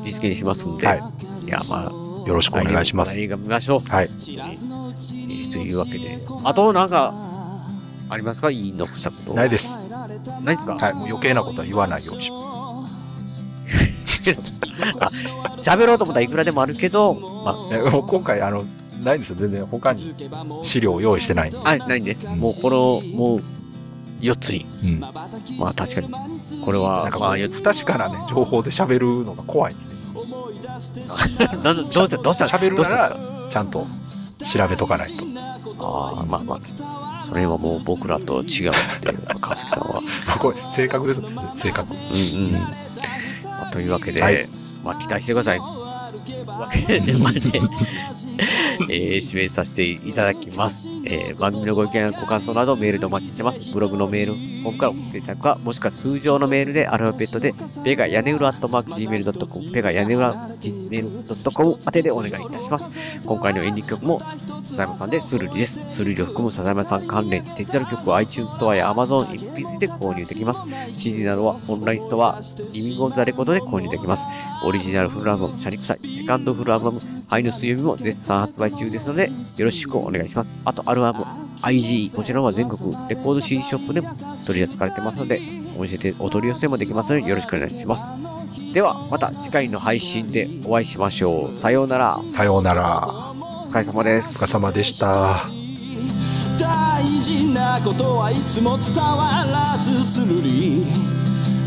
実現しますんで、、はいや、まあ、よろしくお願いします来。年もまた映画見ましょう。はい。えーというわけで、あとなんか、ありますか言い残したこと。ないです。ないですかはい。もう余計なことは言わないようにします。喋ろうと思ったらいくらでもあるけど、まえもう今回、あの、ないんですよ。全然他に資料を用意してないんで。あ、あ、ないんで、もうこの、もう、4つに。うん。まあ確かに、これはなん、かままあ、あ、よ不確かなね、情報で喋るのが怖い。なんどうしたどうした喋るどうしなたら、ちゃんと調べとかないと。ああ、まあまあ、それはもう僕らと違うって、川崎さんは。これ、正確ですね。正確。うんうん。まあ、というわけで、はいまあ、期待してくださ <laughs> い。というわけで、まあね、えー、締めさせていただきます。えー番組のご意見やご感想などメールでお待ちしてます。ブログのメール、フォームから送っていただくか、もしくは通常のメールでアルファベットで、ペガヤネウラアットマーク Gmail.com、ペガヤネウラ Gmail.com 宛てでお願いいたします。今回のエンディング曲も、笹山さんでスルリです。スルリを含む笹山さん関連デジタル曲は iTunes ストアや Amazon MP3 で購入できます。CD などはオンラインストア、リビングオンザレコードで購入できます。オリジナルフルアルバム、シャリクサイ、セカンドフルアルバム、愛の水曜日も絶賛発売中ですので、よろしくお願いします。あと、アルバム、 IG、こちらは全国レコード CD ショップでも取り扱われてますので、お店でお取り寄せもできますのでよろしくお願いします。では、また次回の配信でお会いしましょう。さようなら。さようなら。お疲れ様でおす疲れ。様でした。大事なことはいつも伝わらずするり